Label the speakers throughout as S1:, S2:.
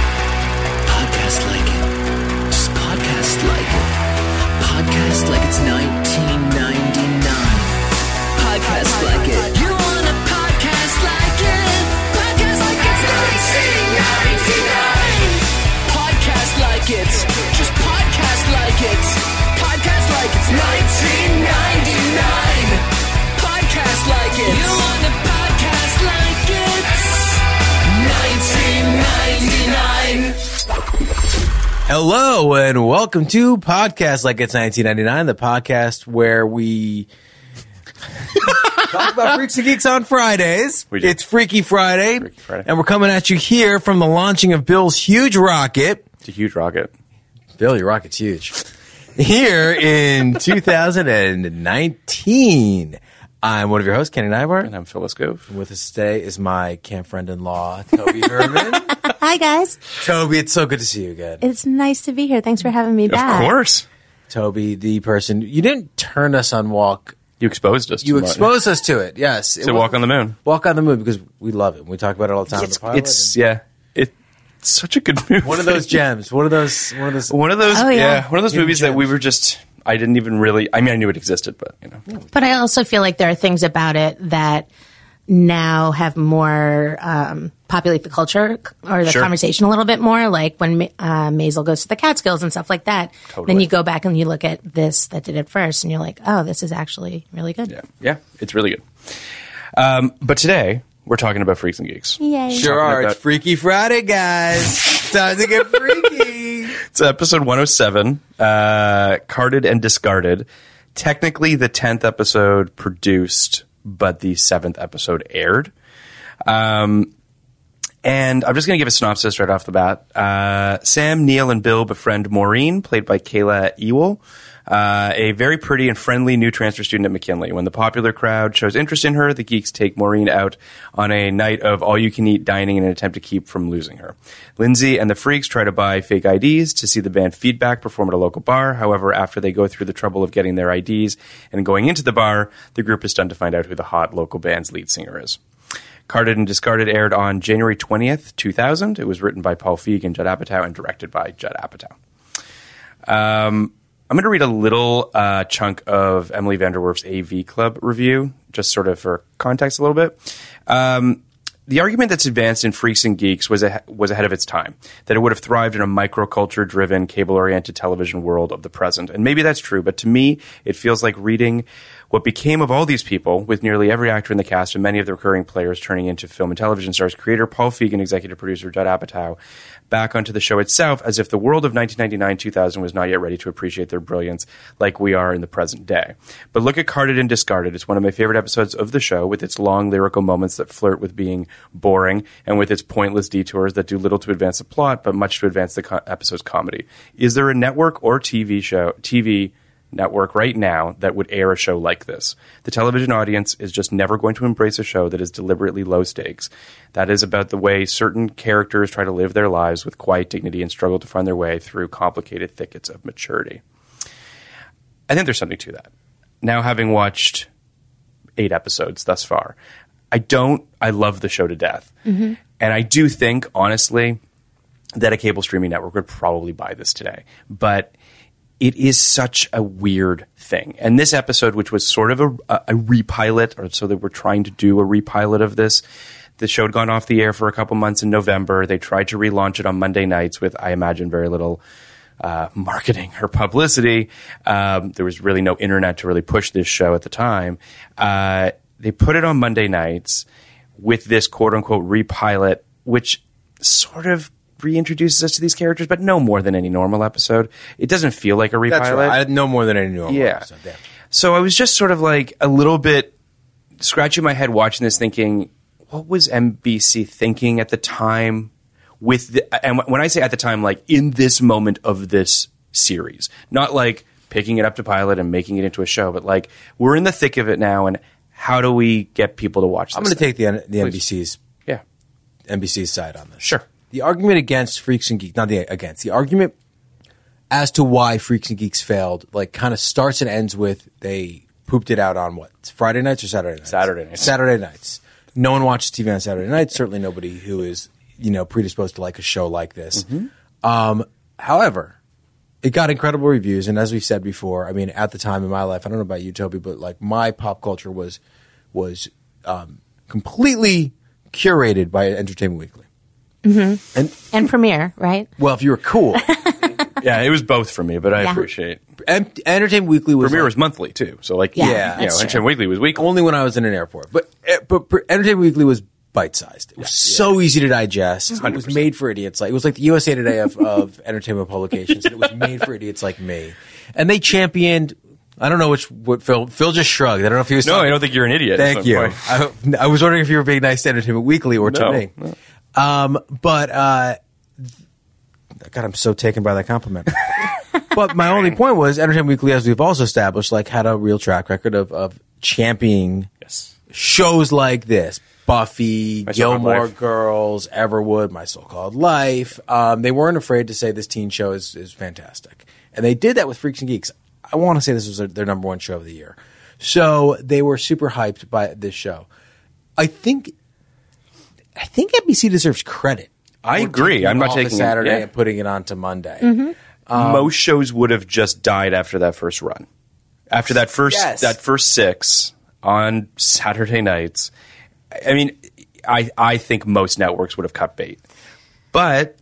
S1: podcast like it. Just podcast like it. Podcast like it's 1999. Podcast like it. You want a podcast like it? Podcast like it's 1999. Podcast like it. Just podcast like it. Podcast like it's 1999. Podcast like it. You want a podcast like it? 1999.
S2: Hello and welcome to Podcast Like It's 1999, the podcast where we talk about Freaks and Geeks on Fridays.
S3: We do.
S2: It's Freaky Friday,
S3: Friday.
S2: and we're coming at you here from the launching of Bill's huge rocket.
S3: It's a huge rocket.
S2: Bill, your rocket's huge. Here in 2019. I'm one of your hosts, Kenny Nybar.
S3: And I'm Phyllis Gove.
S2: With us today is my camp friend-in-law, Toby Herman.
S4: Hi guys,
S2: Toby, it's so good to see you again.
S4: it's nice to be here. Thanks for having me back.
S3: course.
S2: Toby, the person you didn't turn us on walk.
S3: You exposed us.
S2: You
S3: to Martin.
S2: exposed us to it. Yes, it
S3: to
S2: was-
S3: walk on the moon.
S2: Walk on the Moon because we love it. We talk about it all the time. on
S3: It's,
S2: the pilot
S3: it's-
S2: and-
S3: yeah. It's such a good movie.
S2: one of those gems. One of those. One of those.
S3: One of those.
S4: Oh,
S3: yeah.
S4: yeah.
S3: One of those
S2: Hidden
S3: movies that we
S2: gems.
S3: were just. I didn't even really. I mean, I knew it existed, but you know,
S4: But I also feel like there are things about it that now have more um, populate the culture c- or the
S3: Sure.
S4: conversation a little bit more. Like when Ma- uh, Maisel goes to the Catskills and stuff like that. Then you go back and you look at this that did it first, and you're like, oh, this is actually really good.
S3: yeah, yeah, it's really good. Um, but today we're talking about freaks and geeks.
S4: Yay!
S2: Sure are.
S3: about-
S2: It's Freaky Friday, guys. Time to get freaky.
S3: It's episode 107, uh, Carded and Discarded. Technically, the 10th episode produced, but the 7th episode aired. Um, and I'm just going to give a synopsis right off the bat. Uh, Sam, Neil, and Bill befriend Maureen, played by Kayla Ewell, uh, a very pretty and friendly new transfer student at McKinley. When the popular crowd shows interest in her, the geeks take Maureen out on a night of all you can eat dining in an attempt to keep from losing her. Lindsay and the freaks try to buy fake IDs to see the band Feedback perform at a local bar. However, after they go through the trouble of getting their IDs and going into the bar, the group is stunned to find out who the hot local band's lead singer is. Carded and Discarded aired on January 20th, 2000. It was written by Paul Feig and Judd Apatow and directed by Judd Apatow. Um, I'm going to read a little uh, chunk of Emily Vanderwerf's AV Club review, just sort of for context a little bit. Um, the argument that's advanced in Freaks and Geeks was, a, was ahead of its time, that it would have thrived in a microculture driven, cable oriented television world of the present. And maybe that's true, but to me, it feels like reading what became of all these people, with nearly every actor in the cast and many of the recurring players turning into film and television stars, creator Paul Feig and executive producer Judd Apatow, back onto the show itself as if the world of 1999 2000 was not yet ready to appreciate their brilliance like we are in the present day. But look at Carded and Discarded. It's one of my favorite episodes of the show, with its long lyrical moments that flirt with being boring and with its pointless detours that do little to advance the plot but much to advance the co- episode's comedy. Is there a network or TV show, TV network right now that would air a show like this. The television audience is just never going to embrace a show that is deliberately low stakes. That is about the way certain characters try to live their lives with quiet dignity and struggle to find their way through complicated thickets of maturity. I think there's something to that. Now, having watched eight episodes thus far, I don't, I love the show to death.
S5: Mhm.
S3: And I do think, honestly, that a cable streaming network would probably buy this today. But it is such a weird thing. And this episode, which was sort of a, a, a repilot, or so they were trying to do a repilot of this, the show had gone off the air for a couple months in November. They tried to relaunch it on Monday nights with, I imagine, very little uh, marketing or publicity. Um, there was really no internet to really push this show at the time. Uh, they put it on Monday nights with this quote unquote repilot, which sort of reintroduces us to these characters, but no more than any normal episode. It doesn't feel like a repilot.
S2: That's right. I, no more than any normal
S3: Yeah.
S2: episode. Yeah.
S3: So I was just sort of like a little bit scratching my head watching this, thinking, what was NBC thinking at the time? With the, and when I say at the time, like in this moment of this series, not like picking it up to pilot and making it into a show, but like we're in the thick of it now, and how do we get people to watch? This
S2: I'm going to
S3: thing?
S2: take the N- the
S3: Please.
S2: NBC's
S3: yeah
S2: NBC's side on this.
S3: Sure.
S2: The argument against Freaks and Geeks, not the against the argument as to why Freaks and Geeks failed, like kind of starts and ends with they pooped it out on what Friday nights or Saturday nights. Saturday nights. Saturday nights. No one watches TV on Saturday nights. Certainly nobody who is you know predisposed to like a show like this.
S3: Mm-hmm.
S2: Um, however, it got incredible reviews, and as we've said before, I mean, at the time in my life, I don't know about you, Toby, but like my pop culture was was um, completely curated by Entertainment Weekly.
S4: Mm-hmm.
S2: And
S4: and premiere, right?
S2: Well, if you were cool,
S3: yeah, it was both for me, but I
S4: Yeah.
S3: appreciate.
S2: And Entertainment Weekly was
S3: premiere was monthly too, so like
S2: Yeah,
S3: you
S2: that's
S3: know,
S2: true.
S3: Entertainment Weekly was weekly.
S2: Only when I was in an airport, but eh, but pr- Entertainment Weekly was bite sized. It was so easy to digest. It was made for idiots. Like it was like the USA Today of, of entertainment publications. and it was made for idiots like me, and they championed. I don't know which what Phil Phil just shrugged. I don't know if he was
S3: No,
S2: talking-
S3: I don't think you're an idiot.
S2: Thank
S3: That's my
S2: you.
S3: point.
S2: I, I was wondering if you were being nice to Entertainment Weekly or to
S3: No,
S2: me. Um, but uh, God, I'm so taken by that compliment. but my only point was Entertainment Weekly, as we've also established, like had a real track record of of championing shows like this. Buffy,
S3: My So-Called
S2: Gilmore
S3: Life.
S2: Girls, Everwood, My So-Called Life. Um, they weren't afraid to say this teen show is, is fantastic. And they did that with Freaks and Geeks. I want to say this was their, their number one show of the year. So they were super hyped by this show. I think I think NBC deserves credit.
S3: I
S2: for
S3: agree.
S2: taking
S3: I'm not
S2: off a
S3: taking it-
S2: Saturday
S3: yeah. Mm-hmm.
S2: and putting it on to Monday. Um,
S3: Most shows would have just died after that first run. After that first
S2: Yes.
S3: that first six on Saturday nights. I mean, I I think most networks would have cut bait. But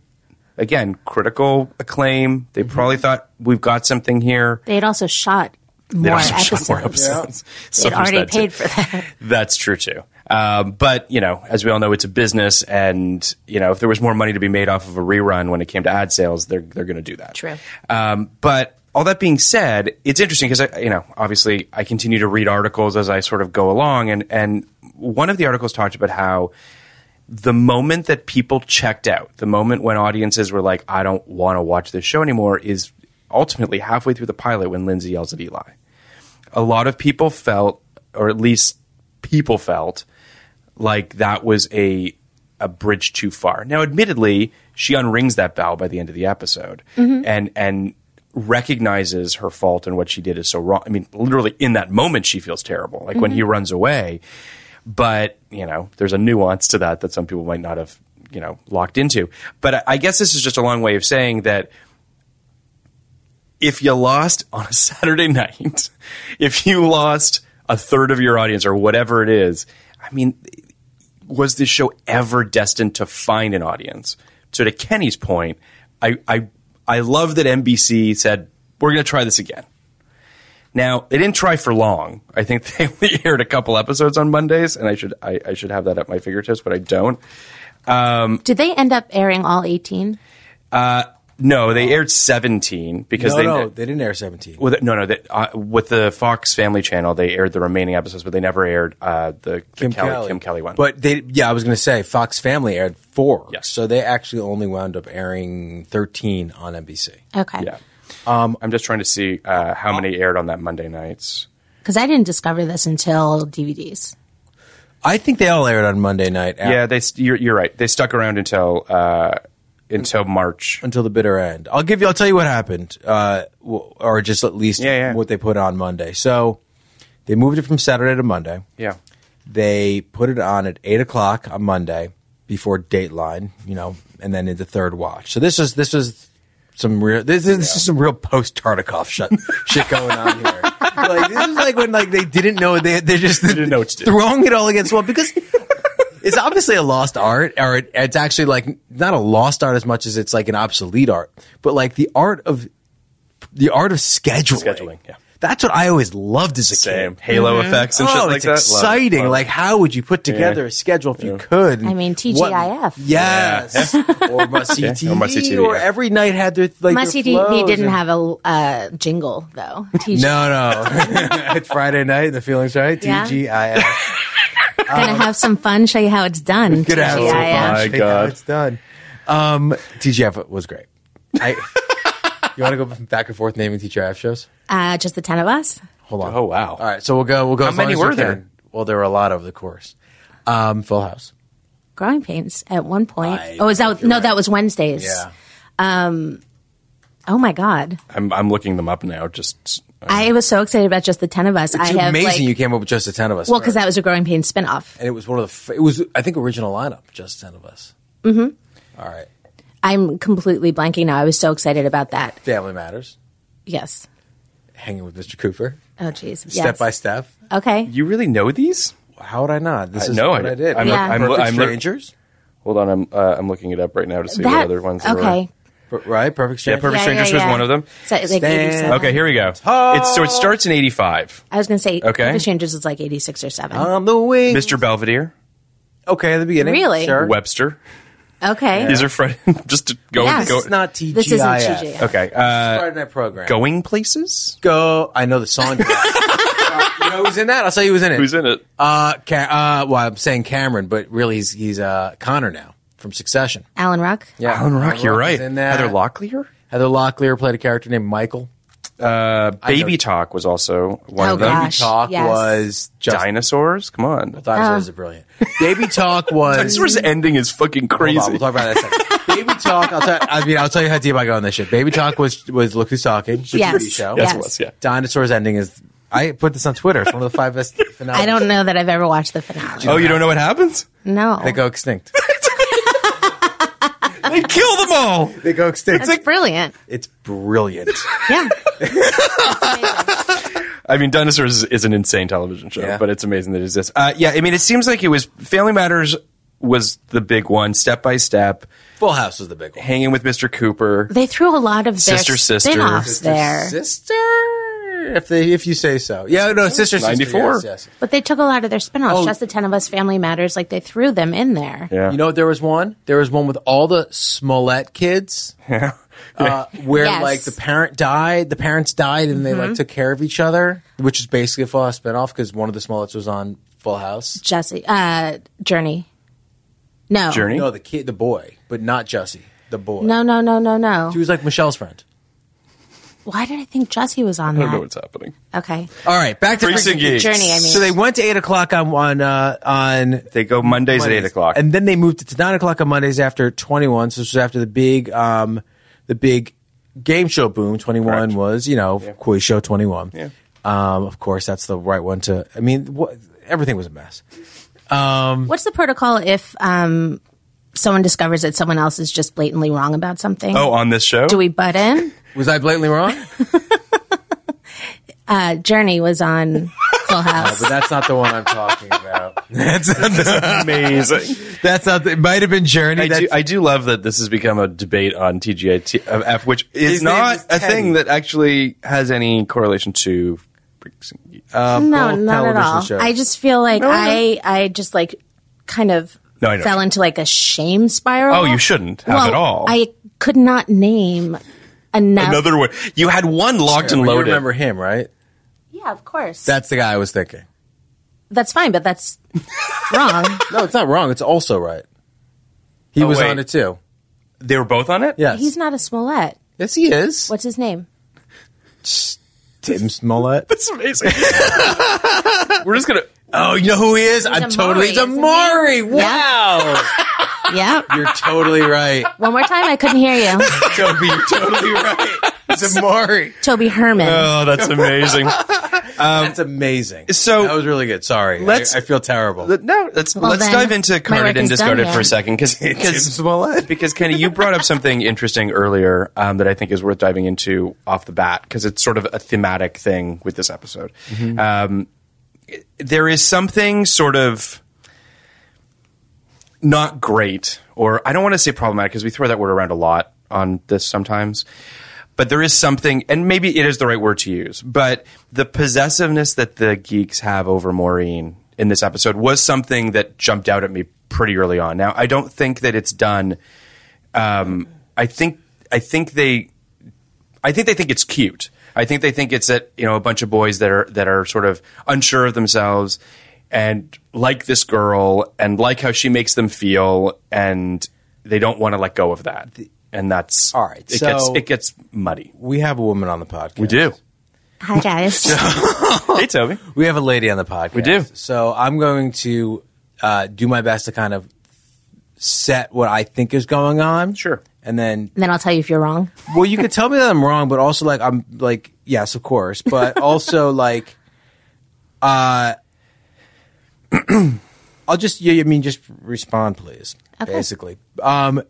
S3: again, critical acclaim. They probably thought we've got something here.
S4: They had also shot
S3: They
S4: more
S3: also shot
S4: episodes.
S3: more episodes. So
S4: They'd
S3: there's
S4: already
S3: that too.
S4: paid for that.
S3: That's true too. Um, but you know, as we all know, it's a business, and you know, if there was more money to be made off of a rerun when it came to ad sales, they're they're going to do that.
S4: True.
S3: Um, but all that being said, it's interesting because I, you know, obviously, I continue to read articles as I sort of go along, and and one of the articles talked about how the moment that people checked out, the moment when audiences were like, "I don't want to watch this show anymore," is ultimately halfway through the pilot when Lindsay yells at Eli a lot of people felt, or at least people felt, like that was a a bridge too far. Now, admittedly, she unrings that bell by the end of the episode,
S6: Mhm.
S3: and and recognizes her fault and what she did is so wrong. I mean, literally in that moment, she feels terrible, like when he
S6: Mhm.
S3: runs away. But you know, there's a nuance to that that some people might not have you know locked into. But I, I guess this is just a long way of saying that if you lost on a Saturday night, if you lost a third of your audience or whatever it is, I mean, was this show ever destined to find an audience? So to Kenny's point, I I, I love that NBC said we're going to try this again. Now they didn't try for long. I think they only aired a couple episodes on Mondays, and I should I, I should have that at my fingertips, but I don't. Um,
S4: Did they end up airing all 18?
S3: uh, no, they aired seventeen because
S2: no,
S3: they
S2: no, they didn't air 17.
S3: Well, th- no, no. They, uh, with the Fox Family Channel, they aired the remaining episodes, but they never aired uh, the, the
S2: Kim
S3: Kelly,
S2: Kelly.
S3: Kim Kelly one.
S2: But they, yeah, I was going to say Fox Family aired four. Yes. So they actually only wound up airing 13 on NBC.
S4: Okay.
S3: Yeah. Um, I'm just trying to see uh, how many aired on that Monday nights.
S4: Because I didn't discover this until DVDs.
S2: I think they all aired on Monday night.
S3: Yeah, they. st- You're, you're right. They stuck around until uh, until March,
S2: until the bitter end. I'll give you. I'll tell you what happened, uh, w- or just at least what they put on Monday. So they moved it from Saturday to Monday.
S3: Yeah.
S2: They put it on at eight o'clock on Monday before Dateline, you know, and then into third watch. So this is this is some real this is, this is some real post Tartikoff shit shit going on here. like this is like when like they didn't know they they're just throwing it all against one because it's obviously a lost art, or it, it's actually like not a lost art as much as it's like an obsolete art, but like the art of the art of scheduling. Scheduling, yeah. That's what I always loved as a kid.
S3: Halo
S4: Mm-hmm.
S3: Mhm. effects and
S2: oh,
S3: shit like
S2: it's
S3: that. Love it,
S2: Exciting!
S3: love it.
S2: like, how would you put together
S3: Yeah.
S2: a schedule if you could?
S4: I mean,
S2: What-
S4: TGIF.
S2: Yes, or must see
S3: Yeah,
S2: TV,
S3: or must see TV,
S2: E or
S3: yeah.
S2: every night had their like.
S4: My
S2: their
S4: CD
S2: flows
S4: didn't
S2: and-
S4: have a uh, jingle though. TG.
S2: No, no, it's Friday night. The feelings right.
S4: Yeah.
S2: TGIF.
S4: Gonna have some fun. Show you how it's done.
S2: Good
S4: TGIF.
S2: absolute fun. Hey, now it's done. Um, TGF was great. I, you want to go back and forth naming TGF shows?
S4: Uh, just the ten of us.
S2: Hold on. Oh wow! All right, so we'll go. We'll go.
S4: How
S2: as long
S4: many
S2: as we
S4: were there?
S2: can. Well, there were a lot over the course. Um, Full House.
S4: Growing pains at one point. oh, is that no? That was Wednesdays. Yeah. Um. Oh my god.
S3: I'm I'm looking them up now. Just uh,
S4: I was so excited about just the ten of us. I
S2: It's
S4: have
S2: amazing
S4: like,
S2: you came up with just the ten of us.
S4: well because that was a growing pains spinoff.
S2: and it was one of the. f- It was I think original lineup, just ten of us.
S4: Mm-hmm.
S2: All right,
S4: I'm completely blanking now. I was so excited about that.
S2: Family Matters,
S4: Yes.
S2: Hanging with Mr. Cooper,
S4: Oh jeez. Yes.
S2: Step by Step.
S4: Okay.
S3: You really know these?
S2: How would I not? This
S3: I-
S2: is
S3: no,
S2: what I, did.
S3: I'm,
S4: Yeah.
S3: I'm,
S2: Perfect
S3: I'm, look-
S2: Strangers?
S3: Hold on, I'm uh, I'm looking it up right now to see what
S4: That-
S3: other ones.
S4: okay.
S3: There
S2: were. Right, Perfect
S3: Yeah, Perfect
S4: Yeah, yeah,
S3: Strangers
S4: yeah.
S3: was one of them.
S4: So, like, 87.
S3: okay, here we go. It's, so it starts in '85.
S4: I was gonna say
S3: Okay.
S4: okay. The Strangers is like 86 or 7.
S2: the wing.
S3: Mr. Belvedere.
S2: Okay, at the
S4: beginning, Really? sure.
S3: Webster.
S4: okay.
S3: These are Fred. just to go.
S4: Yes.
S3: go
S4: This is not This isn't TGIF. TGIF.
S3: Okay. Uh,
S2: Friday night program.
S3: Going places.
S2: Go. I know the song. you know who's in that? I'll tell you who's in it.
S3: Who's in it?
S2: Uh, Ca- uh, well, I'm saying Cameron, but really he's he's uh Connor now from Succession.
S4: Alan Ruck.
S2: Yeah,
S3: Alan Ruck, you're right. Heather
S2: Locklear. Heather Locklear played a character named Michael.
S3: Uh,
S2: I know-
S3: Baby Talk was also one
S2: Oh,
S3: of them.
S2: gosh, Baby Talk yes. was just-
S3: dinosaurs. Come on,
S2: dinosaurs Oh. are brilliant. Baby Talk was
S3: dinosaurs ending is fucking crazy.
S2: Hold on, we'll talk about that. In a second. Baby Talk. I'll tell. I mean, I'll tell you how deep I go on this shit. Baby Talk was was Look Who's Talking. The
S4: Yes.
S2: TV show.
S4: Yes, it was,
S2: Yeah. Dinosaurs ending is. I put this on Twitter. It's one of the five best finales.
S4: I don't know that I've ever watched the finale.
S2: Oh, you don't
S3: know what happens?
S4: No.
S2: They go extinct.
S3: they kill them all.
S2: They go extinct.
S4: That's brilliant.
S2: It's brilliant.
S4: Yeah.
S3: I mean, Dinosaurs is, is an insane television show, but it's amazing that it exists. Uh, yeah, I mean, it seems like it was Family Matters was the big one, Step by Step.
S2: Full House was the big one.
S3: Hanging with Mr. Cooper.
S4: They threw a lot of their
S3: Sister, sister.
S4: spin-offs
S3: Sister,
S4: there.
S2: Sister. If they, if you say so. Yeah. No. Sister. Sister,
S3: 94.
S2: yes, yes.
S4: But they took a lot of their spin-offs.
S2: Oh.
S4: Just the Ten of Us, Family Matters. Like they threw them in there.
S2: You know, there was one. There was one with all the Smollett kids.
S3: Yeah.
S2: Uh, where
S4: Yes.
S2: like the parent died, the parents died, and they like
S4: Mhm.
S2: took care of each other, which is basically a Full House spinoff because one of the Smollett's was on Full House.
S4: Jesse, uh, Journey. No.
S2: No, the kid, the boy, but not Jesse, the boy.
S4: No, no, no, no, no.
S2: She was like Michelle's friend.
S4: Why did I think Jesse was on that?
S3: happening.
S4: Okay.
S2: All right, back to
S4: Freaks and Geeks. Journey, I mean.
S2: So they went to eight o'clock on on uh, on.
S3: They go Mondays, at eight o'clock.
S2: and then they moved it to nine o'clock on Mondays after twenty one. So this was after the big um, the big game show boom. Twenty one was you know Quiz Show twenty one.
S3: Yeah.
S2: Um, of course, that's the right one to. I mean, what, everything was a mess. Um,
S4: What's the protocol if um, someone discovers that someone else is just blatantly wrong about something?
S3: Oh, on this show?
S4: Do we butt in?
S2: was I blatantly wrong?
S4: Uh, Journey was on Full
S2: No,
S4: House.
S2: but that's not the one I'm talking about. that's
S3: amazing.
S2: That's not. It might have been Journey.
S3: I do, I do love that this has become a debate on TGIF, uh, which is
S2: His name
S3: not
S2: is
S3: a
S2: Teddy.
S3: thing that actually has any correlation to.
S2: Uh,
S4: no, not at
S2: both television
S4: all.
S2: shows.
S4: I just feel like I, I just like kind of
S3: No, I know.
S4: fell into like a shame spiral.
S3: Oh, you shouldn't have
S4: well,
S3: at all.
S4: I could not name enough.
S3: Another one. You had one locked and
S2: Well, you
S3: loaded.
S2: remember him, right?
S4: yeah, of course.
S2: That's the guy I was thinking.
S4: That's fine, but that's wrong.
S2: No, it's not wrong. It's also right. He
S3: Oh,
S2: was
S3: wait.
S2: on it too.
S3: They were both on it.
S2: Yes.
S4: He's not a Smollett.
S2: Yes, he is.
S4: What's his name?
S2: Tim Smollett.
S3: That's amazing. We're just gonna.
S2: Oh, you know who he
S4: He's
S2: is? I'm
S4: a
S2: totally.
S4: Maury,
S2: It's a
S4: isn't he?
S2: Maury.
S4: Yeah.
S2: Wow.
S4: yeah.
S2: You're totally right.
S4: One more time, I couldn't hear you.
S2: Toby, you're totally right. It's a Maury.
S4: Toby Herman.
S3: Oh, that's amazing.
S2: that's amazing. Um, So that was really good. Sorry,
S3: Let's-
S2: I, I feel terrible.
S3: no, let's
S4: Well,
S3: let's
S4: then,
S3: dive into
S4: my
S3: carded
S4: work
S3: and
S4: is done
S3: discarded
S4: then.
S3: for a second because because Kenny, you brought up something interesting earlier um, that I think is worth diving into off the bat because it's sort of a thematic thing with this episode. Um, it- there is something sort of not great, or I don't want to say problematic because we throw that word around a lot on this sometimes. But there is something, and maybe it is the right word to use, but the possessiveness that the geeks have over Maureen in this episode was something that jumped out at me pretty early on. Now, I don't think that it's done. Um, I think I think they I think they think it's cute. I think they think it's that you know a bunch of boys that are that are sort of unsure of themselves and like this girl and like how she makes them feel and they don't want to let go of that. And that's all
S2: right,
S3: It
S2: so-
S3: gets it gets muddy.
S2: We have a woman on the podcast.
S3: We do.
S4: Hi, guys.
S3: hey, Toby.
S2: We have a lady on the podcast. We
S3: do.
S2: So I'm going to uh, do my best to kind of set what I think is going on. Sure. And then,
S4: And then I'll tell you if you're wrong.
S2: well, you could tell me that I'm wrong, but also like I'm like yes, of course, but also like, uh, I'll just yeah, I mean, just respond, please.
S4: Okay.
S2: Basically, um,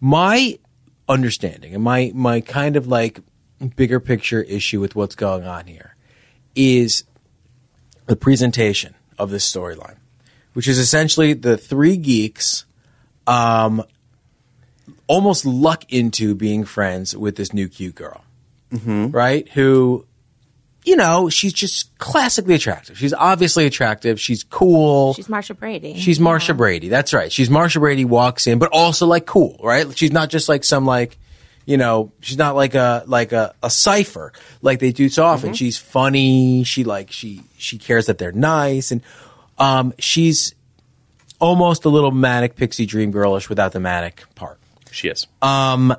S2: my understanding and my my kind of like bigger picture issue with what's going on here is the presentation of this storyline, which is essentially the three geeks um, almost luck into being friends with this new cute girl, right? Who, you know, she's just classically attractive. She's obviously attractive. She's cool.
S4: She's Marsha Brady.
S2: She's Marsha Brady. That's right. She's Marsha Brady walks in, but also like cool, right? She's not just like some like, you know, she's not like a like a, a cipher like they do so often. She's funny. She like she she cares that they're nice, and um, she's almost a little manic pixie dream girlish without the manic part.
S3: She is.
S2: Um,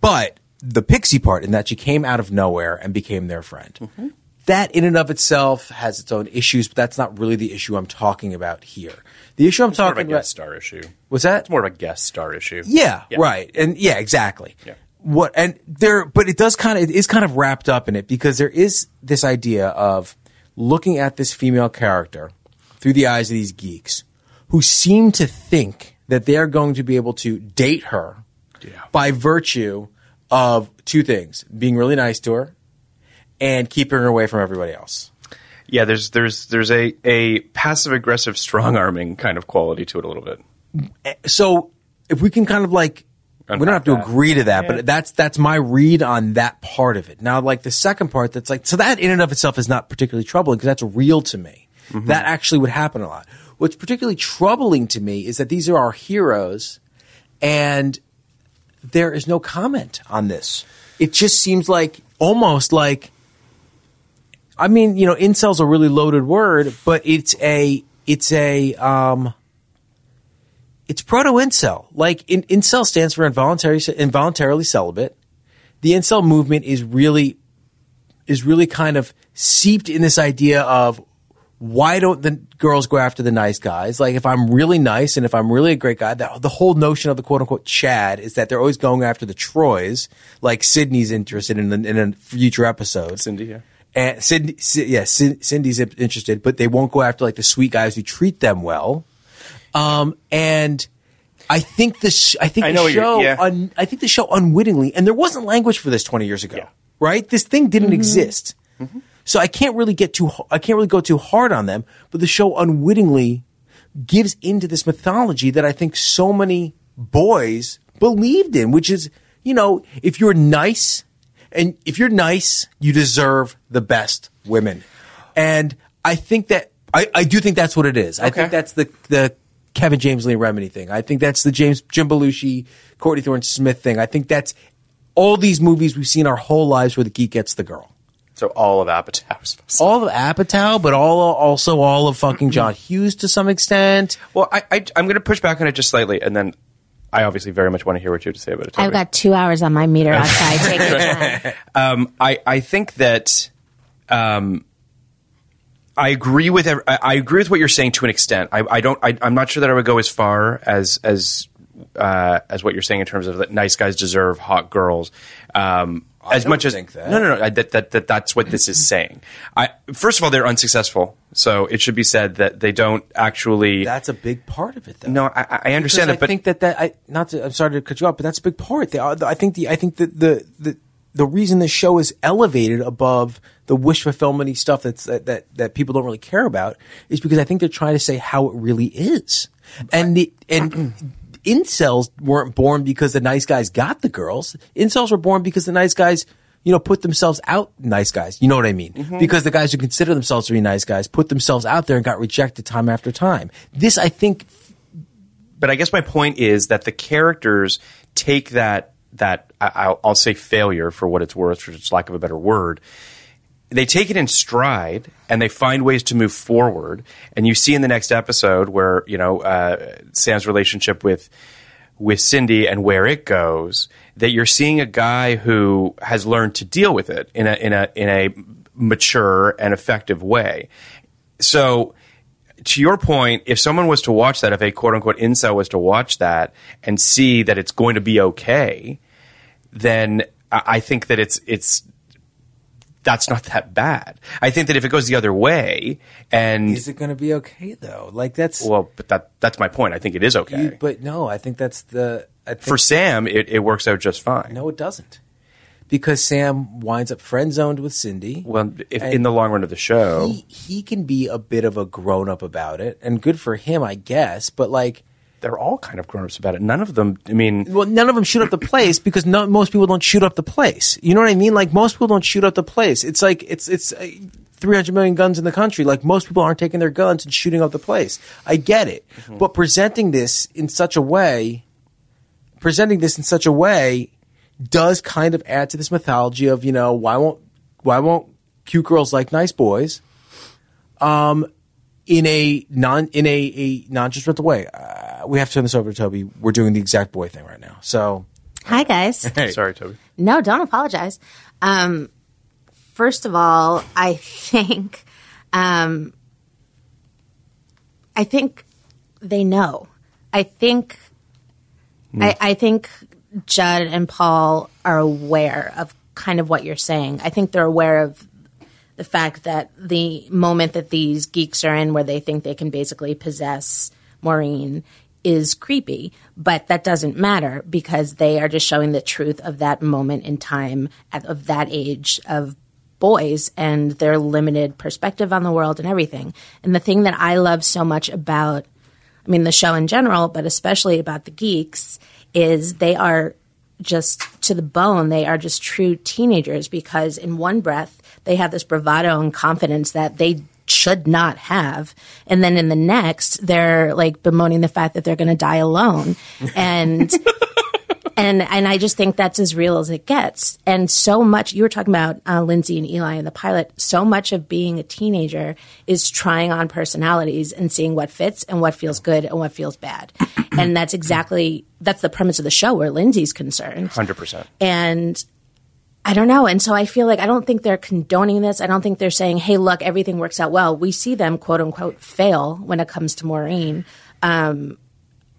S2: but the pixie part in that she came out of nowhere and became their friend.
S3: Mm-hmm.
S2: That in and of itself has its own issues, but that's not really the issue I'm talking about here. The issue I'm
S3: more of a
S2: talking
S3: guest
S2: about.
S3: star issue.
S2: Was that?
S3: It's more of a guest star issue.
S2: Yeah, right. And yeah, exactly.
S3: Yeah.
S2: What and there but it does kind of it is kind of wrapped up in it because there is this idea of looking at this female character through the eyes of these geeks who seem to think that they're going to be able to date her by virtue of two things, being really nice to her and keeping her away from everybody else.
S3: Yeah, there's there's there's a a passive aggressive strong arming kind of quality to it a little bit.
S2: so if we can kind of like we don't have to agree to that, but that's that's my read on that part of it. Now, like the second part, that's like so that in and of itself is not particularly troubling because that's real to me. That actually would happen a lot. What's particularly troubling to me is that these are our heroes, and there is no comment on this. It just seems like almost like I mean, you know, incel's a really loaded word, but it's a it's a um it's proto incel. Like in, incel stands for involuntary involuntarily celibate. The incel movement is really is really kind of seeped in this idea of why don't the girls go after the nice guys? Like if I'm really nice and if I'm really a great guy, the, the whole notion of the quote unquote Chad is that they're always going after the Troys, like Sydney's interested in in a future episode.
S3: Cindy, yeah.
S2: And Cindy, Ci- yeah, Cin- Cindy's in- interested, but they won't go after like the sweet guys who treat them well. Um, and I think this, I think
S3: I
S2: the
S3: know what you're-
S2: show,
S3: yeah.
S2: un, I think the show unwittingly, and there wasn't language for this 20 years ago, right? This thing didn't exist.
S3: Mm-hmm.
S2: So I can't really get too, I can't really go too hard on them, but the show unwittingly gives into this mythology that I think so many boys believed in, which is, you know, if you're nice and if you're nice, you deserve the best women. And I think that, I, I do think that's what it is. I think that's the, the Kevin James Lee Remini thing. I think that's the James, Jim Belushi, Courtney Thorne Smith thing. I think that's all these movies we've seen our whole lives where the geek gets the girl
S3: So all of Apatow was
S2: all of Apatow, but all also all of fucking John Hughes to some extent.
S3: Well, I, I I'm going to push back on it just slightly, and then I obviously very much want to hear what you have to say about it.
S4: I've got two hours on my meter outside. Take your time.
S3: um, I I think that um, I agree with ev- I, I agree with what you're saying to an extent. I, I don't I, I'm not sure that I would go as far as as uh, as what you're saying in terms of that nice guys deserve hot girls. Um, as much as no no no I- that, that that that's what this is saying. I first of all they're unsuccessful, so it should be said that they don't actually.
S2: That's a big part of it, though.
S3: No, I, I understand
S2: Because
S3: that, but
S2: I think that that I not to, I'm sorry to cut you off, but that's a big part. The, I think the I think that the the the reason this show is elevated above the wish fulfillment stuff that's that, that that people don't really care about is because I think they're trying to say how it really is, and the and. Incels weren't born because the nice guys got the girls. Incels were born because the nice guys, you know, put themselves out nice guys. You know what I mean?
S3: Mm-hmm.
S5: Mhm.
S2: Because the guys who consider themselves to be nice guys put themselves out there and got rejected time after time. This, I think,
S3: but I guess my point is that the characters take that that I- I'll, I'll say failure for what it's worth, for just lack of a better word. They take it in stride and they find ways to move forward. And you see in the next episode where you know uh, Sam's relationship with with Cindy and where it goes that you're seeing a guy who has learned to deal with it in a in a in a mature and effective way. So to your point, if someone was to watch that, if a quote unquote incel was to watch that and see that it's going to be okay, then I I think that it's it's that's not that bad. I think that if it goes the other way and
S2: is it going to be okay though? Like that's
S3: well, but that that's my point. I think it is okay.
S2: you- but no, I think that's the I think,
S3: For Sam, it, it works out just fine.
S2: No, it doesn't, because Sam winds up friend zoned with Cindy.
S3: Well, if,
S2: And
S3: in the long run of the show,
S2: he, he can be a bit of a grown up about it, and good for him, I guess. But like,
S3: they're all kind of grown ups about it. None of them. I mean,
S2: well, none of them shoot up the place because not, most people don't shoot up the place. You know what I mean? Like most people don't shoot up the place. It's like it's it's. Uh, 300 million guns in the country. Like most people aren't taking their guns and shooting up the place. I get it.
S3: Mm-hmm.
S2: But presenting this in such a way, presenting this in such a way does kind of add to this mythology of, you know, why won't, why won't cute girls like nice boys? Um, in a non, in a, a non-judgmental way. Uh, we have to turn this over to Toby. We're doing the exact boy thing right now. So
S4: Hi guys.
S3: Sorry, Toby.
S4: No, don't apologize. Um, first of all, I think, um, I think they know. I think, I, I think Judd and Paul are aware of kind of what you're saying. I think they're aware of the fact that the moment that these geeks are in, where they think they can basically possess Maureen, is creepy, but that doesn't matter because they are just showing the truth of that moment in time at, of that age of boys and their limited perspective on the world and everything. And the thing that I love so much about, I mean, the show in general, but especially about the geeks, is they are just to the bone. They are just true teenagers because in one breath they have this bravado and confidence that they should not have, and then in the next they're like bemoaning the fact that they're going to die alone, and and and I just think that's as real as it gets. And so much you were talking about uh, Lindsay and Eli in the pilot. So much of being a teenager is trying on personalities and seeing what fits and what feels good and what feels bad. and that's exactly that's the premise of the show where Lindsay's concerned.
S3: hundred percent.
S4: And I don't know. And so I feel like I don't think they're condoning this. I don't think they're saying, hey, look, everything works out well. We see them, quote unquote, fail when it comes to Maureen. Um,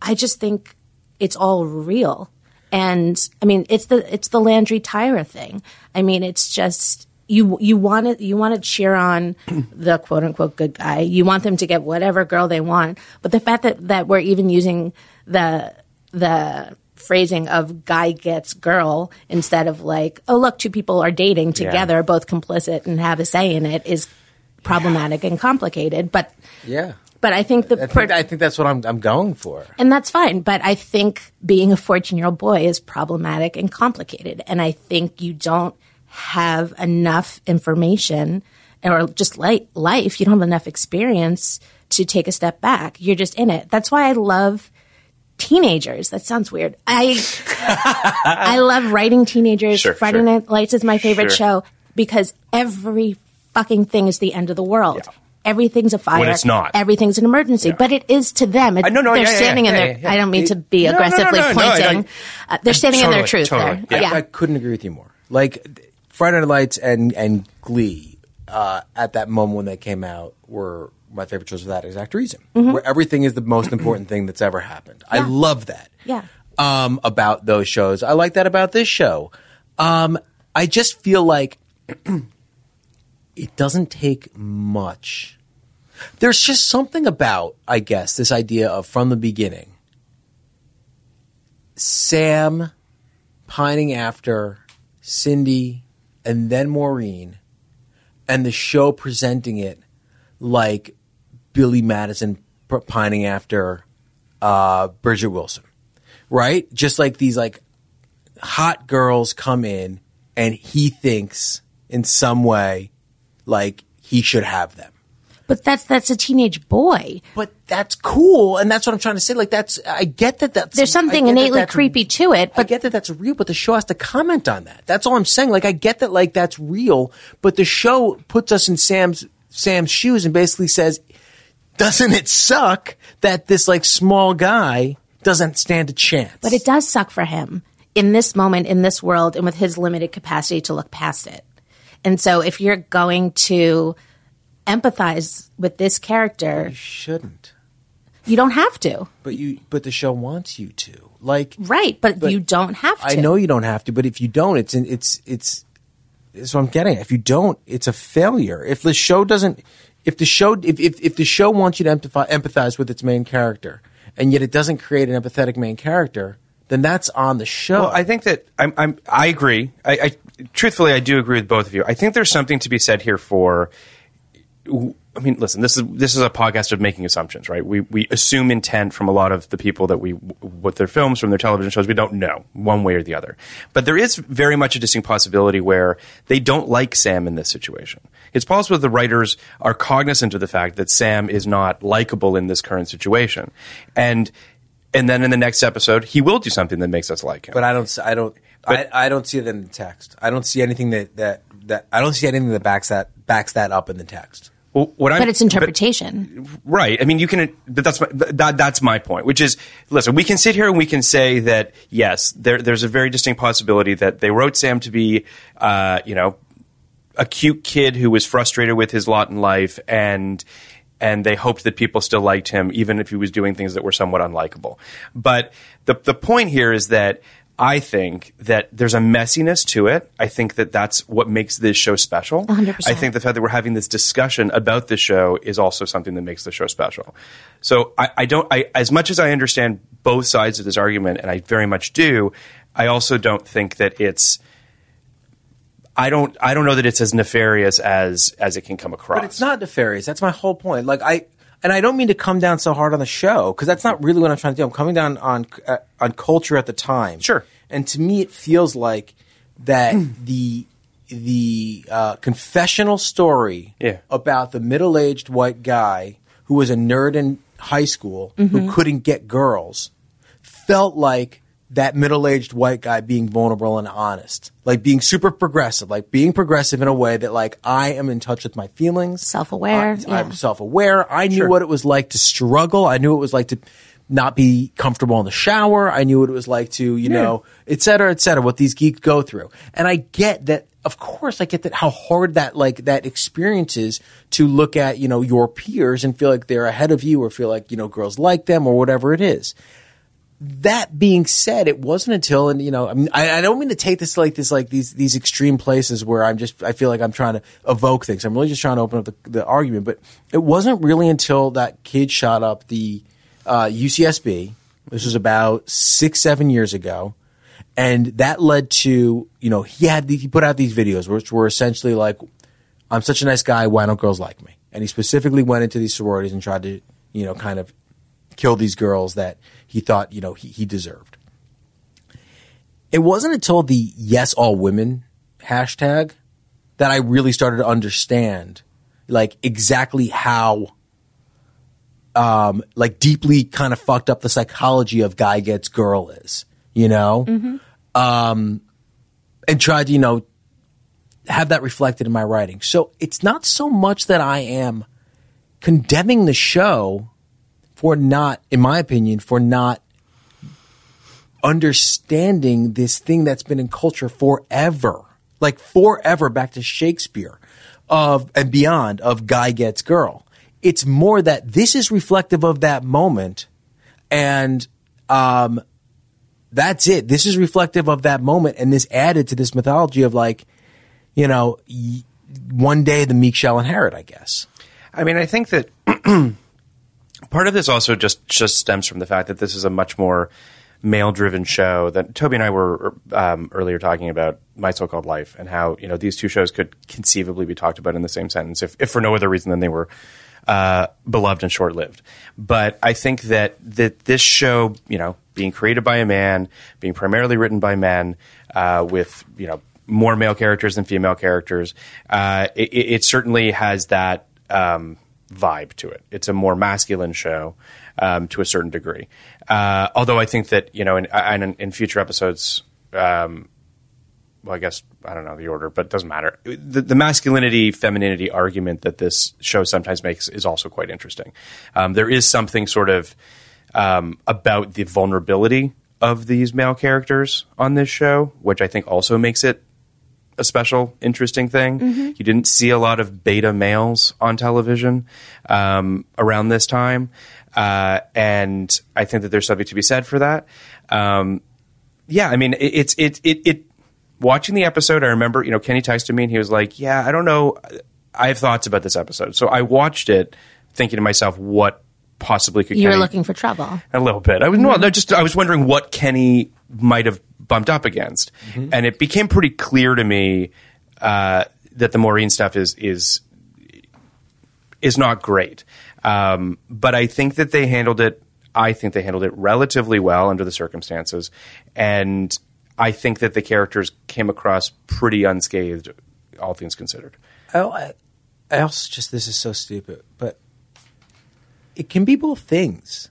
S4: I just think it's all real. And I mean, it's the it's the Landry Tyra thing. I mean, it's just you you want to you want to cheer on the quote unquote good guy. You want them to get whatever girl they want. But the fact that that we're even using the the phrasing of guy gets girl instead of like oh look two people are dating
S6: Yeah.
S4: together both complicit and have a say in it is problematic and complicated but
S2: yeah,
S4: but i think the
S2: I think, I think that's what I'm, I'm going for.
S4: and that's fine. But I think being a 14 year old boy is problematic and complicated. And I think you don't have enough information or just like life, you don't have enough experience to take a step back. You're just in it. That's why I love teenagers. That sounds weird. I I love writing teenagers.
S6: Sure,
S4: Friday
S6: sure.
S4: Night Lights is my favorite
S6: Sure.
S4: show because every fucking thing is the end of the world. everything's a fire.
S3: When it's not.
S4: Everything's an emergency. But it is to them. It,
S3: I- no, no,
S4: they're
S3: yeah, yeah,
S4: standing in
S3: yeah,
S4: their.
S3: yeah, yeah.
S4: I don't mean to be
S3: No, no, no,
S4: aggressively
S3: no, no, I
S4: pointing.
S3: don't-
S4: uh, they're standing in their
S2: Totally,
S4: truth
S2: totally.
S4: there.
S2: I- I, couldn't agree with you more. Like Friday Night Lights and and Glee uh, at that moment when they came out were my favorite shows for that exact reason.
S5: Mhm.
S2: Where everything is the most important thing that's ever happened. I love that
S5: Yeah.
S2: um, about those shows. I like that about this show. Um, I just feel like it doesn't take much. There's just something about, I guess, this idea of from the beginning, Sam pining after Cindy and then Maureen, and the show presenting it like Billy Madison p- pining after uh, Bridget Wilson, right? Just like these like hot girls come in, and he thinks in some way like he should have them.
S4: But that's that's a teenage boy.
S2: But that's cool, and that's what I'm trying to say. Like that's I get that that's
S4: There's something
S2: I get that
S4: innately
S2: that's-
S4: creepy to it.
S2: I get that that's real, but the show has to comment on that. That's all I'm saying. Like I get that like that's real, but the show puts us in Sam's Sam's shoes and basically says, doesn't it suck that this like small guy doesn't stand a chance?
S4: But it does suck for him in this moment, in this world, and with his limited capacity to look past it. And so, if you're going to empathize with this character, you
S2: shouldn't.
S4: You don't have to.
S2: But you but the show wants you to. Like
S4: Right, but, you don't have to.
S2: I know you don't have to, but if you don't, it's in, it's it's. That's what I'm getting. at. If you don't, it's a failure. If the show doesn't, if the show if if, if the show wants you to empathize, empathize with its main character, and yet it doesn't create an empathetic main character, then that's on the show.
S3: Well, I think that I'm, I'm I agree. I, I truthfully I do agree with both of you. I think there's something to be said here for. I mean, listen. This is this is a podcast of making assumptions, right? We we assume intent from a lot of the people that we with their films, from their television shows. We don't know one way or the other, but there is very much a distinct possibility where they don't like Sam in this situation. It's possible the writers are cognizant of the fact that Sam is not likable in this current situation, and and then in the next episode he will do something that makes us like him.
S2: but I don't. s- I don't. I, I don't see it in the text. I don't see anything that that that I don't see anything that backs that backs that up in the text.
S3: Well, what I'm,
S4: but it's interpretation.
S3: right. I mean, you can, but that's my, that, that's my point, which is, listen, we can sit here and we can say that, yes, there, there's a very distinct possibility that they wrote Sam to be, uh, you know, a cute kid who was frustrated with his lot in life and, and they hoped that people still liked him, even if he was doing things that were somewhat unlikable. But the, the point here is that I think that there's a messiness to it. I think that that's what makes this show special.
S5: 100%.
S3: I think the fact that we're having this discussion about the show is also something that makes the show special. So I, I don't, I, as much as I understand both sides of this argument, and I very much do, I also don't think that it's, I don't, I don't know that it's as nefarious as, as it can come across.
S2: But it's not nefarious. That's my whole point. Like I and I don't mean to come down so hard on the show because that's not really what I'm trying to do. I'm coming down on uh, on culture at the time. Sure. And to me, it feels like that the the uh, confessional story about the middle aged white guy who was a nerd in high school who
S5: Mhm.
S2: couldn't get girls felt like that middle aged white guy being vulnerable and honest, like being super progressive, like being progressive in a way that like I am in touch with my feelings,
S4: self aware.
S2: I'm self aware. I knew what it was like to struggle. I knew what it was like to not be comfortable in the shower. I knew what it was like to, you
S5: Yeah.
S2: know, et cetera, et cetera, what these geeks go through. And I get that, of course, I get that how hard that, like, that experience is to look at, you know, your peers and feel like they're ahead of you or feel like, you know, girls like them or whatever it is. That being said, it wasn't until, and you know, I, mean, I, I don't mean to take this like this, like these these extreme places where I'm just, I feel like I'm trying to evoke things. I'm really just trying to open up the, the argument, but it wasn't really until that kid shot up the uh, UCSB. This was about six, seven years ago, and that led to, you know, he had the, he put out these videos which were essentially like, "I'm such a nice guy, why don't girls like me?" And he specifically went into these sororities and tried to, you know, kind of kill these girls that he thought you know he, he deserved. It wasn't until the "Yes All Women" hashtag that I really started to understand, like exactly how, um, like deeply kind of fucked up the psychology of guy gets girl is, you know, um, and tried to you know have that reflected in my writing. So it's not so much that I am condemning the show for not, in my opinion, for not understanding this thing that's been in culture forever, like forever back to Shakespeare of and beyond of guy gets girl. It's more that this is reflective of that moment and um that's it. This is reflective of that moment and this added to this mythology of like you know y- one day the meek shall inherit, I guess.
S3: I mean, I think that part of this also just just stems from the fact that this is a much more male driven show that Toby and I were um, earlier talking about My So Called Life and how you know these two shows could conceivably be talked about in the same sentence if, if for no other reason than they were uh, beloved and short lived. But I think that that this show, you know, being created by a man, being primarily written by men, uh, with you know more male characters than female characters, uh, it, it it certainly has that um, vibe to it. It's a more masculine show um, to a certain degree. Uh, although I think that you know, in, I- in, in future episodes. Um, well, I guess I don't know the order, but it doesn't matter. The, the masculinity femininity argument that this show sometimes makes is also quite interesting. Um, there is something sort of um, about the vulnerability of these male characters on this show, which I think also makes it a special, interesting thing.
S5: Mhm.
S3: You didn't see a lot of beta males on television um, around this time, uh, and I think that there's something to be said for that. Um, yeah, I mean, it, it's it it it. Watching the episode, I remember, you know, Kenny texted me and he was like, "Yeah, I don't know, I have thoughts about this episode." So I watched it, thinking to myself, "What possibly could
S4: You're
S3: Kenny-
S4: looking for trouble.
S3: a little bit. I was
S2: Mm-hmm.
S3: no, no, just I was wondering what Kenny might have bumped up against,
S2: Mm-hmm.
S3: and it became pretty clear to me uh, that the Maureen stuff is is is not great. Um, but I think that they handled it. I think they handled it relatively well under the circumstances, and I think that the characters came across pretty unscathed, all things considered.
S2: Oh, I, I also just this is so stupid, but it can be both things,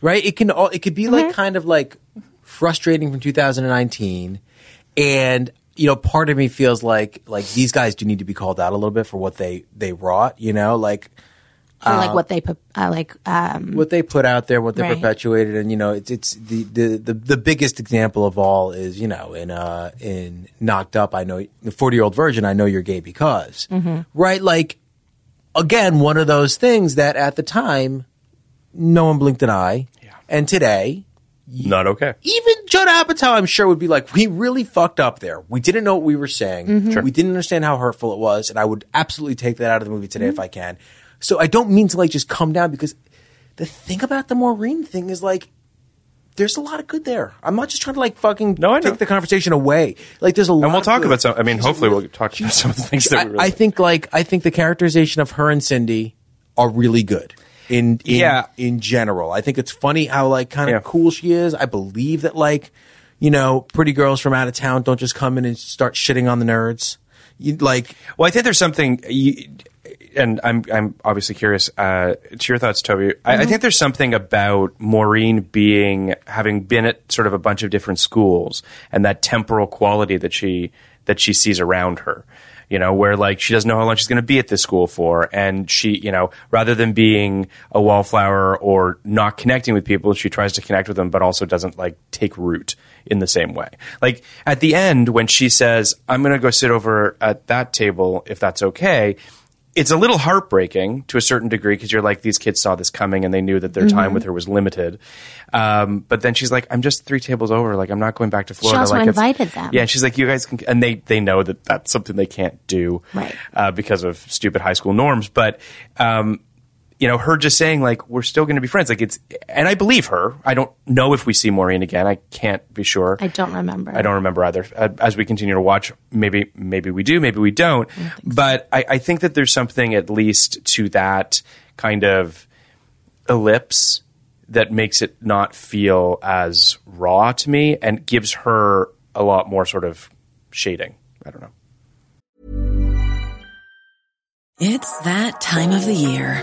S2: right? It can all it could be like kind of like frustrating from 2019, and you know, part of me feels like like these guys do need to be called out a little bit for what they they wrought, you know, like
S4: For like
S2: uh,
S4: what they put, uh, like um,
S2: what they put out there, what they
S4: Right.
S2: perpetuated, and you know, it's it's the, the the the biggest example of all is you know in uh in knocked up. I know the forty year old virgin. I know you're gay because right, like again one of those things that at the time no one blinked an eye, and today
S3: Not okay.
S2: even Judd Apatow, I'm sure, would be like, we really fucked up there. We didn't know what we were saying.
S3: Mhm. Sure.
S2: We didn't understand how hurtful it was. And I would absolutely take that out of the movie today
S3: Mm-hmm.
S2: if I can. So I don't mean to like just come down because the thing about the Maureen thing is like, there's a lot of good there. I'm not just trying to like fucking take the conversation away. Like there's a lot.
S3: And we'll
S2: of
S3: talk
S2: good.
S3: about some. I mean, hopefully, we'll talk about some of the things that we really.
S2: I think like I think the characterization of her and Cindy are really good. In, in
S3: Yeah.
S2: in general, I think it's funny how like kind of cool she is. I believe that like you know, pretty girls from out of town don't just come in and start shitting on the nerds. You, like,
S3: well, I think there's something, you, and I'm I'm obviously curious uh, to your thoughts, Toby. I, I
S2: Mhm.
S3: think there's something about Maureen being having been at sort of a bunch of different schools and that temporal quality that she that she sees around her. You know, where like she doesn't know how long she's going to be at this school for, and she, you know, rather than being a wallflower or not connecting with people, she tries to connect with them, but also doesn't like take root in the same way. Like at the end, when she says, "I'm going to go sit over at that table if that's okay," it's a little heartbreaking to a certain degree because you're like these kids saw this coming and they knew that their time
S4: Mhm.
S3: with her was limited. Um, but then she's like, "I'm just three tables over. Like I'm not going back to
S4: she
S3: Florida."
S4: also
S3: like it's-
S4: invited them.
S3: Yeah, and she's like, "You guys can," and they they know that that's something they can't do
S4: Right.
S3: uh, because of stupid high school norms. But um, you know, her just saying like we're still going to be friends. Like it's, and I believe her. I don't know if we see Maureen again. I can't be sure.
S4: I don't remember.
S3: I don't remember either. Uh, As we continue to watch, maybe maybe we do, maybe we don't. but I, I think that there's something at least to that kind of ellipse that makes it not feel as raw to me and gives her a lot more sort of shading. I don't know.
S6: It's that time of the year.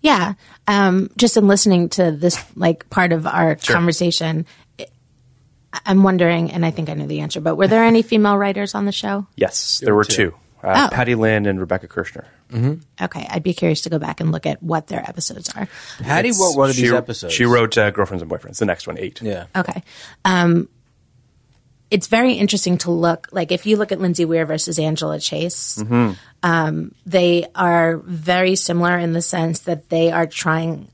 S2: Yeah. Um, just in listening to this like part of our
S7: Sure.
S2: conversation, it, I- I'm wondering, and I think I know the answer, but were there any female writers on the show?
S3: Yes, there were two. Uh,
S2: Oh.
S3: Patty Lynn and Rebecca Kirshner. Mm-hmm.
S2: Okay, I'd be curious to go back and look at what their episodes are.
S3: She wrote uh, Girlfriends and Boyfriends, the next one, eight.
S8: Yeah.
S2: Okay. Um, it's very interesting to look like if you look at Lindsay Weir versus Angela Chase,
S3: Mm-hmm.
S2: um, they are very similar in the sense that they are trying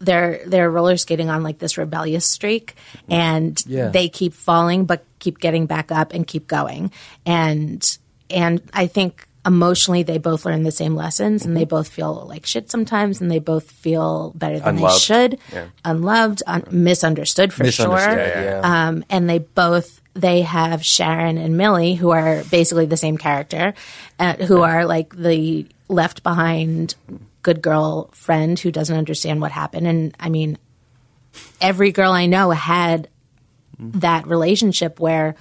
S2: they're they're roller skating on like this rebellious streak and
S9: Yeah.
S2: they keep falling but keep getting back up and keep going and and i think emotionally they both learn the same lessons and they both feel like shit sometimes and they both feel better than
S9: Unloved.
S2: they should
S9: Yeah.
S2: unloved un- misunderstood for
S9: Misunderstood,
S2: sure
S9: yeah, yeah.
S2: Um, and they both they have sharon and millie who are basically the same character uh, who are like the left behind good girl friend who doesn't understand what happened and i mean every girl i know had that relationship where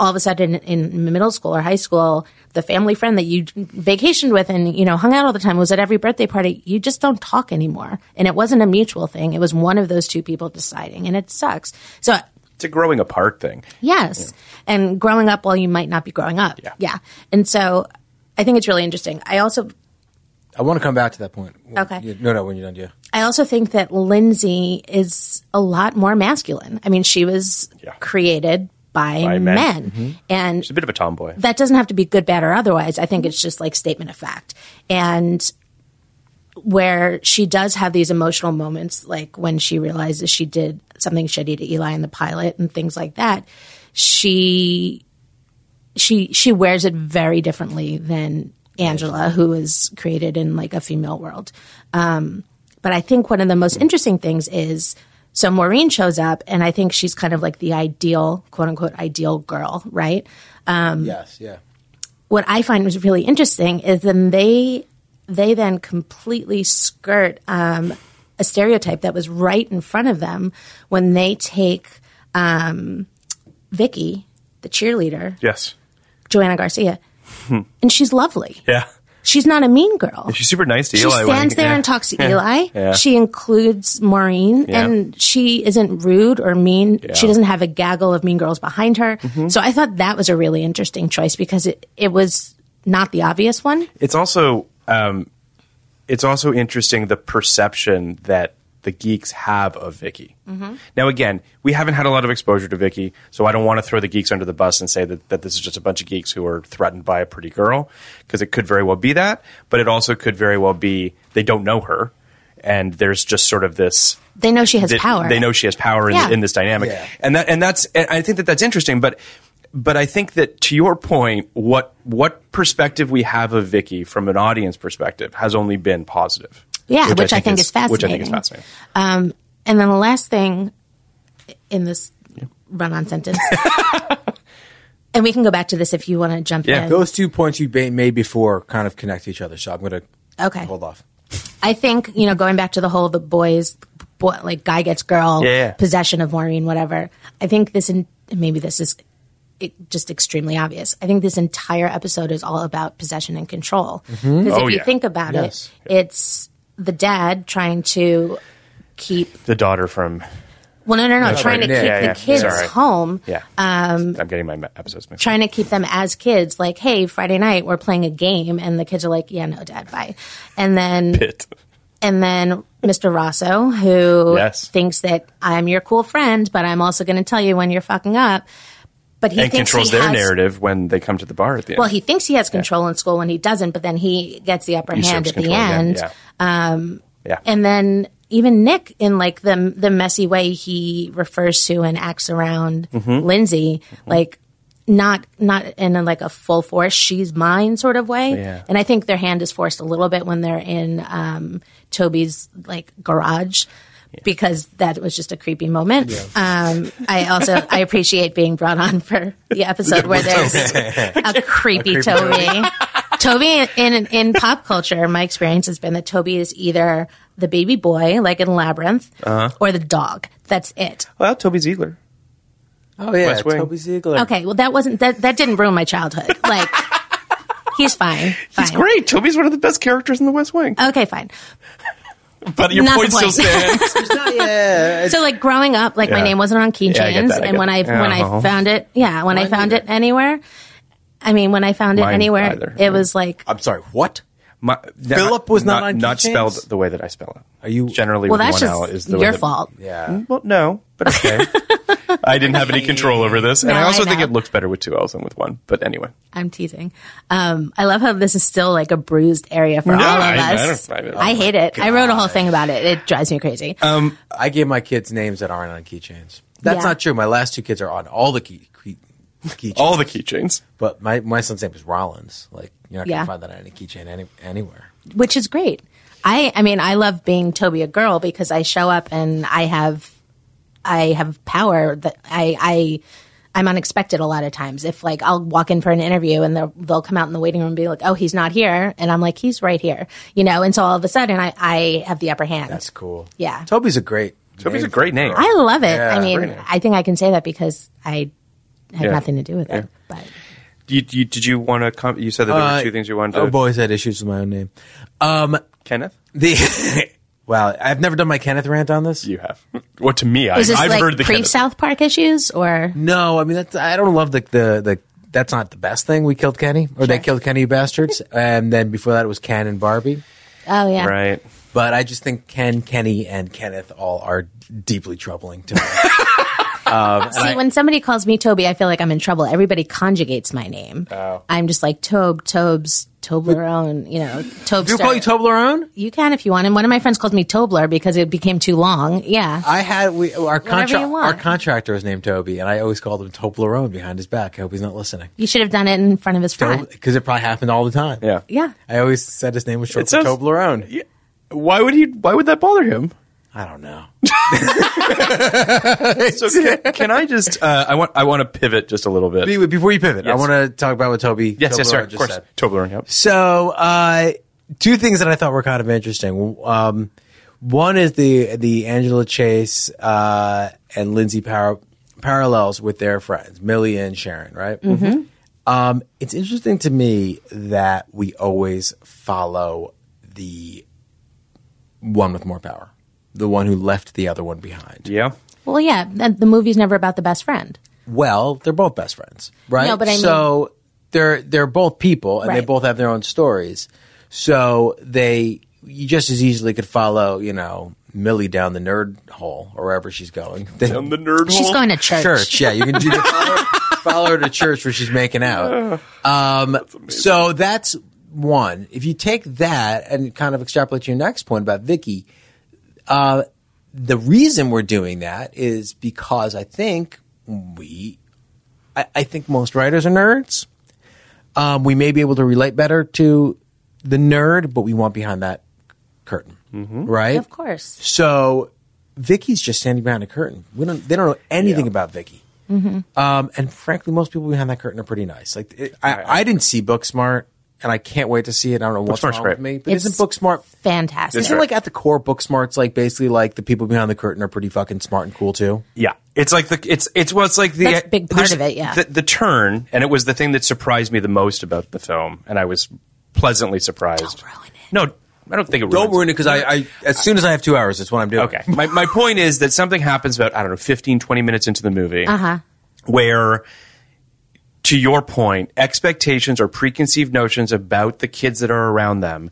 S2: all of a sudden in middle school or high school the family friend that you vacationed with and you know hung out all the time was at every birthday party you just don't talk anymore and it wasn't a mutual thing it was one of those two people deciding and it sucks so
S3: It's a growing apart thing.
S2: yes and growing up while you might not be growing up yeah, and so i think it's really interesting i also
S8: I want to come back to that point.
S2: Okay.
S8: Yeah, No, no, when you're done, yeah.
S2: I also think that Lindsay is a lot more masculine. I mean, she was created by,
S3: By
S2: men.
S3: men.
S8: Mm-hmm.
S3: Mhm.
S2: And
S3: She's a bit of a tomboy.
S2: that doesn't have to be good, bad, or otherwise. I think it's just like statement of fact. And where she does have these emotional moments, like when she realizes she did something shitty to Eli in the pilot and things like that, she she she wears it very differently than Angela, who is created in like a female world. Um, but I think one of the most interesting things is so Maureen shows up, and I think she's kind of like the ideal, quote unquote, ideal girl, right? Um,
S8: yes, yeah.
S2: what I find was really interesting is then they they then completely skirt um, a stereotype that was right in front of them when they take um, Vicky, the cheerleader,
S3: Yes.
S2: Joanna Garcia,
S3: Hmm.
S2: and she's lovely.
S3: yeah.
S2: She's not a mean girl.
S3: She's super nice to
S2: She
S3: Eli. when
S2: stands
S3: he-
S2: there
S3: yeah.
S2: and talks to
S3: Yeah.
S2: Eli.
S3: Yeah.
S2: She includes Maureen,
S3: Yeah.
S2: and she isn't rude or mean.
S3: Yeah. Mm-hmm.
S2: She doesn't have a gaggle of mean girls behind her. So I thought that was a really interesting choice because it, it was not the obvious one.
S3: It's also um, it's also interesting the perception that the geeks have of Vicky.
S2: Mm-hmm.
S3: Now, again, we haven't had a lot of exposure to Vicky, so I don't want to throw the geeks under the bus and say that, that this is just a bunch of geeks who are threatened by a pretty girl, because it could very well be that, but it also could very well be they don't know her, and there's just sort of this
S2: They know she has
S3: that
S2: power.
S3: They know she has power in,
S2: Yeah.
S3: in this dynamic,
S2: Yeah.
S3: and that and that's and I think that that's interesting. But but I think that to your point, what what perspective we have of Vicky from an audience perspective has only been positive.
S2: Yeah, which I think is
S3: Which I think is
S2: fascinating.
S3: fascinating.
S2: Um, and then the last thing in this run-on sentence, and we can go back to this if you want to jump in.
S8: Those two points you ba- made before kind of connect to each other, so I'm going to
S2: Okay.
S8: hold off.
S2: I think you know, going back to the whole the boys, boy, like guy gets girl,
S8: Yeah, yeah.
S2: possession of Maureen, whatever. I think this, in, maybe this is it, just extremely obvious. I think this entire episode is all about possession and control. Because
S9: Mhm.
S2: if
S3: Oh,
S2: you
S3: yeah.
S2: think about
S3: Yes.
S2: it, it's the dad trying to keep.
S3: The daughter from
S2: Well, no, no, no,
S3: That's
S2: trying to
S3: right. Yeah,
S2: keep
S3: yeah,
S2: the
S3: yeah.
S2: kids
S3: Sorry.
S2: home.
S3: Yeah.
S2: Um,
S3: I'm getting my ma- episodes mixed.
S2: trying to keep them as kids like hey friday night we're playing a game and the kids are like yeah no dad bye and then and then mr rosso who
S9: Yes.
S2: thinks that i'm your cool friend but i'm also going to tell you when you're fucking up
S4: But he
S3: and
S4: thinks
S3: controls
S4: he
S3: their
S4: has-
S3: narrative when they come to the bar at the end.
S4: Well, he thinks he has control in school when he doesn't, but then he gets the upper
S3: Usurps
S4: hand at the
S3: control again,
S4: end.
S3: yeah.
S4: Um,
S3: Yeah.
S4: And then even Nick, in like the the messy way he refers to and acts around
S3: Mm-hmm.
S5: Mhm.
S4: Lindsay, like not not in a, like a full force, she's mine sort of way.
S5: Yeah.
S4: And I think their hand is forced a little bit when they're in um, Toby's like garage. Because that was just a creepy moment. Um, I also I appreciate being brought on for the episode where there's a creepy
S5: creepy
S4: Toby. Toby in, in in pop culture, my experience has been that Toby is either the baby boy, like in Labyrinth,
S3: Uh-huh.
S4: or the dog. That's it.
S3: well, Toby Ziegler.
S2: Oh yeah,
S3: West Wing.
S2: Toby Ziegler.
S4: Okay, well that wasn't that that didn't ruin my childhood. Like he's fine. He's
S3: great. Toby's one of the best characters in the West Wing.
S4: Okay, fine.
S3: But your
S4: Not
S3: point
S4: the
S3: still
S4: point.
S3: stands.
S2: yeah.
S4: So like growing up, like my
S3: Yeah.
S4: name wasn't
S3: Yeah,
S4: on
S3: I get
S4: keychains,
S3: that, I
S4: and
S3: get
S4: when I
S3: that.
S4: when
S3: Uh-huh.
S4: I found it, yeah, when I found it anywhere, I mean, when I found it
S3: Mine
S4: anywhere,
S3: either.
S4: it was like
S2: I'm sorry. What?
S3: My,
S2: Philip was not on
S3: not
S2: keychains?
S3: spelled the way that I spell it. Are you generally
S4: Well,
S3: with
S4: that's
S3: one
S4: just
S3: L is the way
S4: your
S3: that- uh,
S4: fault.
S2: Yeah.
S3: Well, no, but okay. I didn't have any control over this, and
S4: No,
S3: I also
S4: I
S3: think
S4: know.
S3: it looks better with two L's than with one. But anyway,
S4: I'm teasing. Um, I love how this is still like a bruised area for
S3: Yeah,
S4: all of
S3: I- I
S4: us.
S3: don't- I
S4: I,
S3: don't-
S4: hate it. I wrote a whole thing about it. It drives me crazy.
S3: Um,
S2: I give my kids names that aren't on keychains. That's
S4: Yeah.
S2: not true. My last two kids are on all the key, key keychains.
S3: all the keychains.
S2: But my, my son's name is Rollins. Like you're not
S4: Yeah.
S2: gonna find that on any keychain any, anywhere.
S4: which is great. I I mean I love being Toby a girl because I show up and I have I have power that I I I'm unexpected a lot of times. If like I'll walk in for an interview and they'll they'll come out in the waiting room and be like, "Oh, he's not here," and I'm like, "He's right here," you know. And so all of a sudden I I have the upper hand.
S2: That's cool.
S4: Yeah.
S2: Toby's a great.
S3: Toby's a great name.
S4: I love it.
S3: Yeah.
S4: I mean,
S3: Great name.
S4: I think I can say that because I had
S3: Yeah.
S4: nothing to do with it. But
S3: You, you, did you want to come? You said that there
S2: Uh,
S3: were two things you wanted. to...
S2: I've always had issues with my own name. Um,
S3: Kenneth.
S2: The wow, I've never done my Kenneth rant on this. You
S3: have. Well, to me,
S4: is this like pre South Park issues or
S2: No, I mean that's I don't love the the, the that's not the best thing. We killed Kenny, or they killed Kenny, you bastards. and then before that, it was Ken and Barbie.
S4: oh yeah,
S3: Right.
S2: But I just think Ken, Kenny, and Kenneth all are deeply troubling to me. um, and
S4: See,
S2: I-
S4: when somebody calls me Toby, I feel like I'm in trouble. Everybody conjugates my name.
S2: Oh.
S4: I'm just like Tobe, Tobes, Toblerone, you know, Tobster.
S2: Do people call you Toblerone?
S4: You can if you want. And one of my friends called me Tobler because it became too long. Yeah.
S3: Uh,
S2: I had we our
S4: Whatever
S2: contra-
S4: you want.
S2: our contractor was named Toby, and I always called him Toblerone behind his back. I hope he's not listening
S4: you should have done it in front of his front.
S2: because it probably happened all the time. Yeah,
S4: Yeah.
S2: I always said his name was short
S3: It
S2: for
S3: sounds-
S2: Toblerone.
S3: Why would he? Why would that bother him?
S2: I don't know.
S3: so can, can I just? Uh, I want. I want to pivot just a little bit.
S2: Be- Before you pivot, I
S3: Yes.
S2: want to talk about what Toby.
S3: Yes, yes,
S2: Toblerone
S3: sir. Of
S2: just
S3: course,
S2: said.
S3: Toblerone. Yep.
S2: So, uh, two things that I thought were kind of interesting. Um, one is the the Angela Chase uh, and Lindsay par- parallels with their friends Millie and Sharon, right?
S5: Mhm.
S2: Um, it's interesting to me that we always follow the one with more power, the one who left the other one behind.
S3: Yeah.
S4: Well, yeah. The, the movie's never about the best friend.
S2: Well, they're both best friends, right?
S4: No, but I mean-
S2: so they're they're both people, and they
S4: Right.
S2: both have their own stories. So they you just as easily could follow, you know, Millie down the nerd hole or wherever she's going. Down
S3: the nerd
S4: She's hole? going to church.
S2: Church, yeah, you can do follow, her, follow her to church where she's making out. Um, so that's one. If you take that and kind of extrapolate to your next point about Vicky, uh, the reason we're doing that is because I think we, I, I think most writers are nerds. Um, we may be able to relate better to the nerd, but we want behind that curtain, right?
S4: Of course.
S2: So Vicky's just standing behind a curtain. We don't. They don't know anything about Vicky.
S4: Mm-hmm.
S2: Um, and frankly, most people behind that curtain are pretty nice. Like it, I, I didn't see Booksmart, and I can't wait to see it. I don't know what's
S3: Booksmart's
S2: wrong with
S3: great.
S2: me, but isn't Booksmart
S4: fantastic?
S2: Isn't like at the core Booksmart's like basically like the people behind the curtain are pretty fucking smart and cool too?
S3: Yeah, it's like the it's it's well, it's like the
S4: That's a big part
S3: there's
S4: of it, yeah.
S3: the, the turn, and it was the thing that surprised me the most about the film, and I was pleasantly surprised. Don't ruin it. No, I don't think it.
S2: Don't
S3: ruins
S2: ruin it because I, I as soon as I have two hours, that's what I'm doing.
S3: Okay, my my point is that something happens about I don't know 15, 20 minutes into the movie,
S4: Uh
S2: Uh-huh.
S4: huh.
S3: where to your point expectations or preconceived notions about the kids that are around them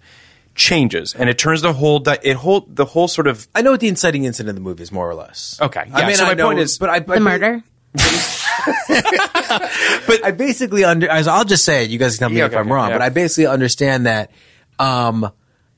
S3: changes and it turns the whole di- it whole the whole sort of
S2: I know what the inciting incident of the movie is more or less
S3: okay yeah,
S2: I mean,
S3: so
S2: I
S3: my
S2: know,
S3: point is
S2: but I,
S4: The murder.
S2: but I basically under. as I'll just say it. You guys can tell me
S3: Yeah,
S2: if
S3: okay,
S2: I'm
S3: okay,
S2: wrong.
S3: yeah.
S2: But I basically understand that um,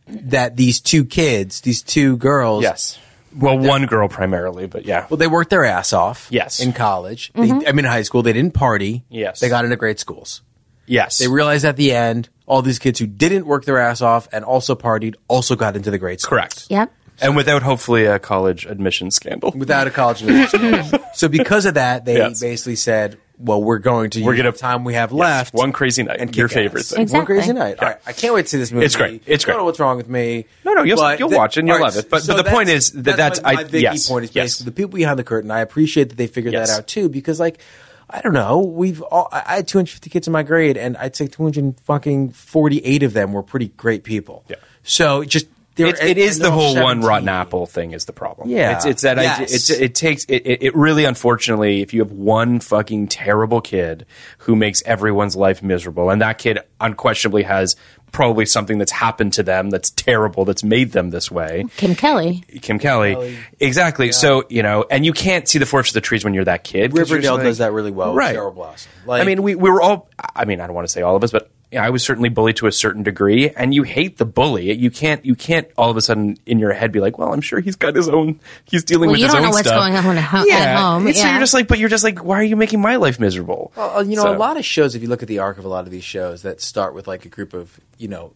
S2: that these two kids, these two girls,
S3: Yes. Well, one girl primarily, but yeah.
S2: Well, they worked their ass off.
S3: Yes.
S2: in college.
S3: Mhm.
S2: They, I mean, in high school, they didn't party.
S3: Yes.
S2: they got into great schools.
S3: Yes,
S2: they realized at the end all these kids who didn't work their ass off and also partied also got into the great schools. Correct.
S4: Yep.
S3: And without hopefully a college admission scandal.
S2: Without a college admission. so because of that, they basically said, "Well, we're going to
S3: We're
S2: use
S3: gonna-
S2: the time we have left."
S3: One crazy night.
S2: and
S3: Your
S2: kick
S3: favorite
S2: ass.
S3: thing.
S2: One crazy night. All right, I can't wait to see this movie.
S3: It's great. It's great.
S2: I don't know what's wrong with me.
S3: No, no, you'll-
S2: But
S3: you'll watch and you'll
S2: all
S3: love it. But- but the
S2: that's-
S3: point is that that's-
S2: my, my
S3: I-
S2: big
S3: yes,
S2: point is
S3: yes.
S2: basically the people behind the curtain. I appreciate that they figured
S3: Yes.
S2: that out too because like. I don't know. We've all, I I had 250 kids in my grade, and I'd say 248 of them were pretty great people. Yeah. So just there,
S3: It- it is
S2: and
S3: the
S2: they're all
S3: whole one
S2: 17.
S3: rotten apple thing is the problem.
S2: Yeah.
S3: it's, it's that idea.
S2: Yes.
S3: It's, it takes it, it. It really, unfortunately, if you have one fucking terrible kid who makes everyone's life miserable, and that kid unquestionably has probably something that's happened to them that's terrible that's made them this way.
S4: Kim Kelly.
S3: Kim Kelly, exactly. So you know, and you can't see the forest for the trees when you're that kid. 'cause you're just
S2: Riverdale
S3: like-
S2: does that really well. with
S3: Right.
S2: Cheryl Blossom.
S3: I mean, we, we were all, I mean, I don't want to say all of us, but you know, I was certainly bullied to a certain degree and you hate the bully. You can't, you can't all of a sudden in your head be like, well, I'm sure he's got his own, he's dealing
S4: Well,
S3: with
S4: you
S3: his
S4: don't
S3: own
S4: know what's
S3: stuff.
S4: going on at ho- at
S3: yeah.
S4: home,
S3: And So
S4: yeah.
S3: you're just like, but you're just like, why are you making my life miserable?
S2: Well, uh, you know,
S3: So-
S2: a lot of shows, if you look at the arc of a lot of these shows that start with like a group of, you know,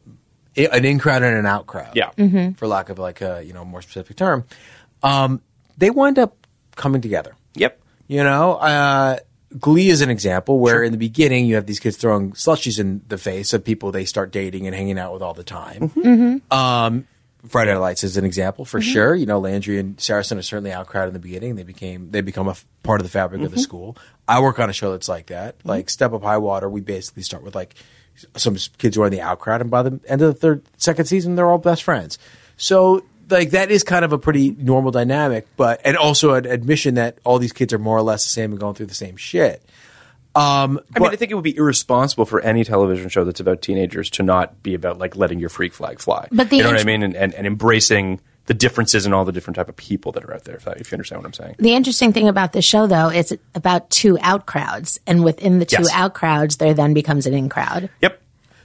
S2: i- an in crowd and an out crowd. Yeah.
S4: Mhm.
S2: For lack of like a, you know, more specific term, um, they wind up coming together.
S3: Yep.
S2: You know, uh, Glee is an example where in the beginning you have these kids throwing slushies in the face of people they start dating and hanging out with all the time.
S1: Mm-hmm.
S2: Um, Friday Night Lights is an example for
S1: Mhm.
S2: sure. You know, Landry and Saracen are certainly out crowd in the beginning. They became they become a f- part of the fabric of the
S1: Mhm.
S2: school. I work on a show that's like that, like Step Up High Water. We basically start with like s- some s- kids who are in the out crowd, and by the end of the third second season, they're all best friends. So like that is kind of a pretty normal dynamic, but and also an admission that all these kids are more or less the same and going through the same shit. Um,
S3: I mean, I think it would be irresponsible for any television show that's about teenagers to not be about like letting your freak flag fly.
S4: But the
S3: you know what I
S4: int-
S3: mean? And, and, and embracing the differences and all the different type of people that are out there, if, that, if you understand what I'm saying.
S4: The interesting thing about the show, though, is it's about two out crowds, and within the two
S2: Yes.
S4: out crowds, there then becomes an in crowd.
S3: Yep.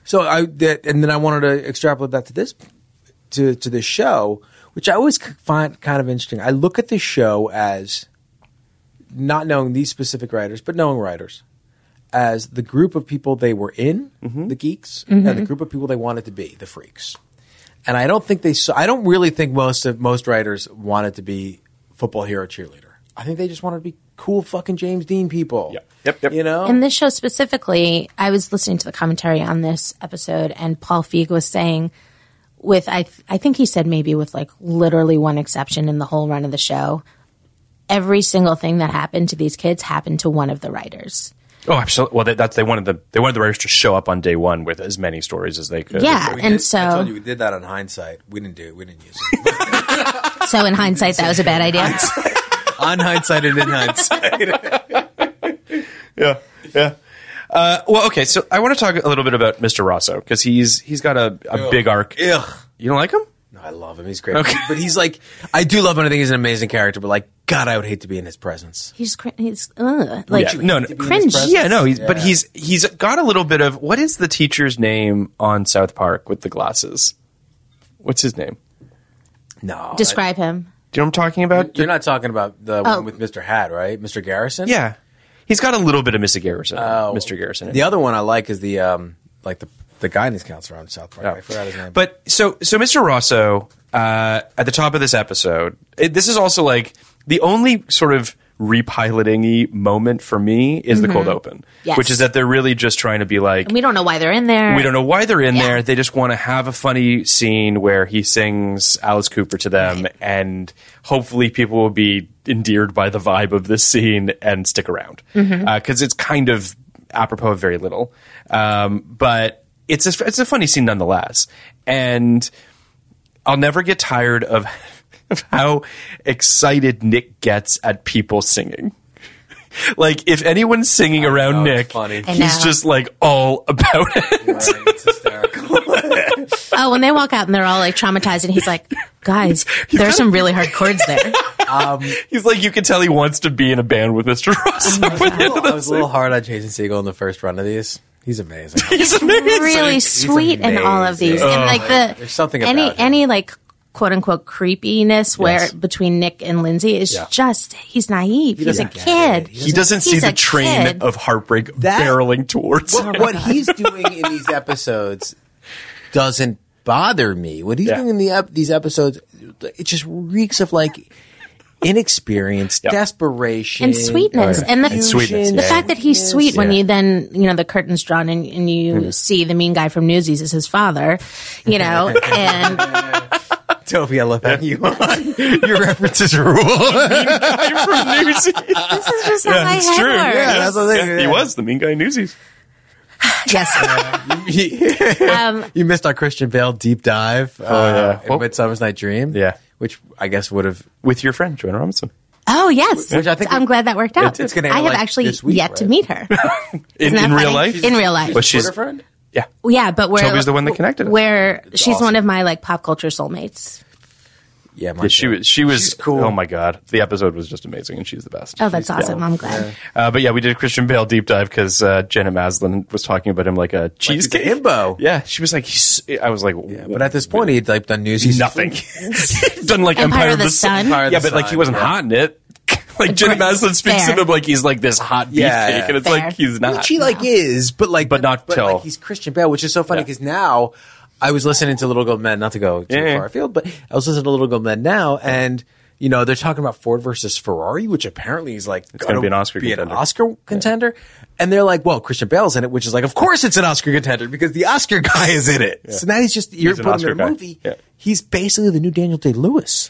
S2: So I that, and then I wanted to extrapolate that to this to to this show, which I always c- find kind of interesting. I look at the show as not knowing these specific writers, but knowing writers as the group of people they were in, the geeks, and the
S1: Mhm.
S2: group of people they wanted to be, the freaks. And I don't think they. s- I don't really think most of most writers wanted to be football hero cheerleader. I think they just wanted to be cool fucking James Dean people. Yep. Yep. yep. You know.
S4: In this show specifically, I was listening to the commentary on this episode, and Paul Feig was saying, with I, th- I think he said maybe with like literally one exception in the whole run of the show, every single thing that happened to these kids happened to one of the writers.
S3: Oh, absolutely. Well, that, that's they wanted the they wanted the writers to show up on day one with as many stories as they could.
S4: Yeah, We and did- I so- told you
S2: we did that on hindsight. We didn't do it. We didn't use
S4: So in hindsight, that was a bad idea.
S2: on hindsight and in hindsight.
S3: yeah, yeah. Uh, well, okay. So I want to talk a little bit about Mr. Rosso because he's he's got a, a
S2: Ugh.
S3: big arc.
S2: Ugh.
S3: You don't like him?
S2: No, I love him. He's great. But he's like, I do love him. I think he's an amazing character. But like, God, I would hate to be in his presence.
S4: He's cr- he's ugh, like
S3: Yeah. no, no.
S4: cringe.
S3: Yeah, no. He's, But he's he's got a little bit of what is the teacher's name on South Park with the glasses? What's his name?
S2: No.
S4: describe him.
S3: Do you know what I'm talking about?
S2: You're not talking about the
S4: Oh.
S2: one with Mr. Hat, right? Mr. Garrison. Oh.
S3: Yeah, he's got a little bit of Mr. Garrison. Mr. Garrison.
S2: The other one I like is the um, like the the guidance counselor on South Park. I forgot his name.
S3: Oh. But so so Mr. Rosso uh, at the top of this episode, it, this is also like the only sort of repiloting moment for me is the cold
S4: Mhm.
S3: open,
S4: Yes.
S3: which is that they're really just trying to be like.
S4: And we don't know why they're in there.
S3: We don't know why they're in there. They just want to have a funny scene where he sings Alice Cooper to them, and hopefully, people will be endeared by the vibe of this scene and stick around because
S1: Mhm.
S3: it's kind of apropos of very little. Um, but it's a, it's a funny scene nonetheless, and I'll never get tired of, of how excited Nick gets at people singing. Like if anyone's singing around Nick,
S4: I
S3: he's
S4: know.
S3: just like all about it.
S4: Oh, when they walk out and they're all like traumatized, and he's like, "Guys, there's some really hard chords there."
S2: Um,
S3: He's like, you can tell he wants to be in a band with Mr. Ross.
S2: I was a little hard on Jason Siegel in the first run of these. He's amazing.
S3: He's
S4: really sweet in all of these,
S2: amazing.
S4: and like the
S2: There's something about
S4: any
S2: him.
S4: any like quote unquote creepiness where
S3: Yes.
S4: between Nick and Lindsay is
S3: Yeah.
S4: just he's naive. he's a
S3: doesn't get
S4: kid.
S3: He doesn't see
S4: He's
S3: the
S4: a
S3: train
S4: kid.
S3: of heartbreak barreling towards
S2: what,
S3: him.
S2: what he's doing in these episodes doesn't bother me. What he's doing in the ep- these episodes, it just reeks of like inexperience, desperation,
S4: and sweetness and the the fact that he's sweet when
S2: Yeah.
S4: you then you know the curtain's drawn and, and you
S2: Mhm.
S4: see the mean guy from Newsies is his father, you know, and
S2: Toby, I love having you on. Your references rule.
S3: this is
S4: just how
S3: yeah,
S4: my
S3: it's
S4: head
S3: true. Yeah,
S4: works.
S3: that's what they- He was the mean guy in Newsies.
S4: yes, um,
S2: you missed our Christian Bale deep dive. Oh uh, in Midsummer's Night Dream. Yeah, which I guess would have
S3: with your friend Joanna Robinson.
S4: oh yes,
S2: Which I think
S4: I'm glad that worked out.
S2: It's gonna
S4: I
S2: air,
S4: have
S2: like,
S4: actually
S2: this week,
S4: yet to meet her.
S3: In,
S4: Isn't that
S3: in real
S4: funny?
S3: life?
S4: In real life.
S3: But she's,
S4: Twitter
S2: friend?
S3: Yeah.
S4: Yeah, but where
S3: Toby's the one that connected us.
S4: Where she's one of my like pop culture soulmates.
S2: Yeah,
S3: yeah, she was. She was cool. Oh my god, the episode was just amazing, and she's the best.
S4: Oh, that's
S3: She's-
S4: awesome. I'm glad.
S3: Uh, but yeah, we did a Christian Bale deep dive because uh, Jenna Maslin was talking about him like a cheesecake. himbo. Yeah, she was like, he's, I was like,
S2: but at this point, he'd like done news.
S3: Nothing. done like Empire, of the, Sun.
S2: Empire of
S3: yeah,
S2: the
S3: but like he
S2: Sun,
S3: wasn't
S2: yeah.
S3: hot in it. like Jenna Maslin speaks
S2: Fair.
S3: to him like he's like this hot beefcake,
S2: Yeah.
S3: and it's
S2: Fair.
S3: like he's not.
S2: Which he like is, but like, but
S3: not
S2: but,
S3: till-
S2: like, he's Christian Bale, which is so funny because now I was listening to Little Gold Men, not to go too
S3: Yeah, yeah.
S2: far afield, but I was listening to Little Gold Men now, and you know they're talking about Ford versus Ferrari, which apparently is like
S3: gonna
S2: gonna
S3: be an Oscar
S2: be
S3: contender.
S2: an Oscar contender, and they're like, well, Christian Bale's in it, which is like, of course it's an Oscar contender because the Oscar guy is in it.
S3: Yeah.
S2: So now he's just
S3: He's
S2: you're
S3: an
S2: putting
S3: Oscar
S2: him in a
S3: guy.
S2: movie. He's basically the new Daniel Day Lewis.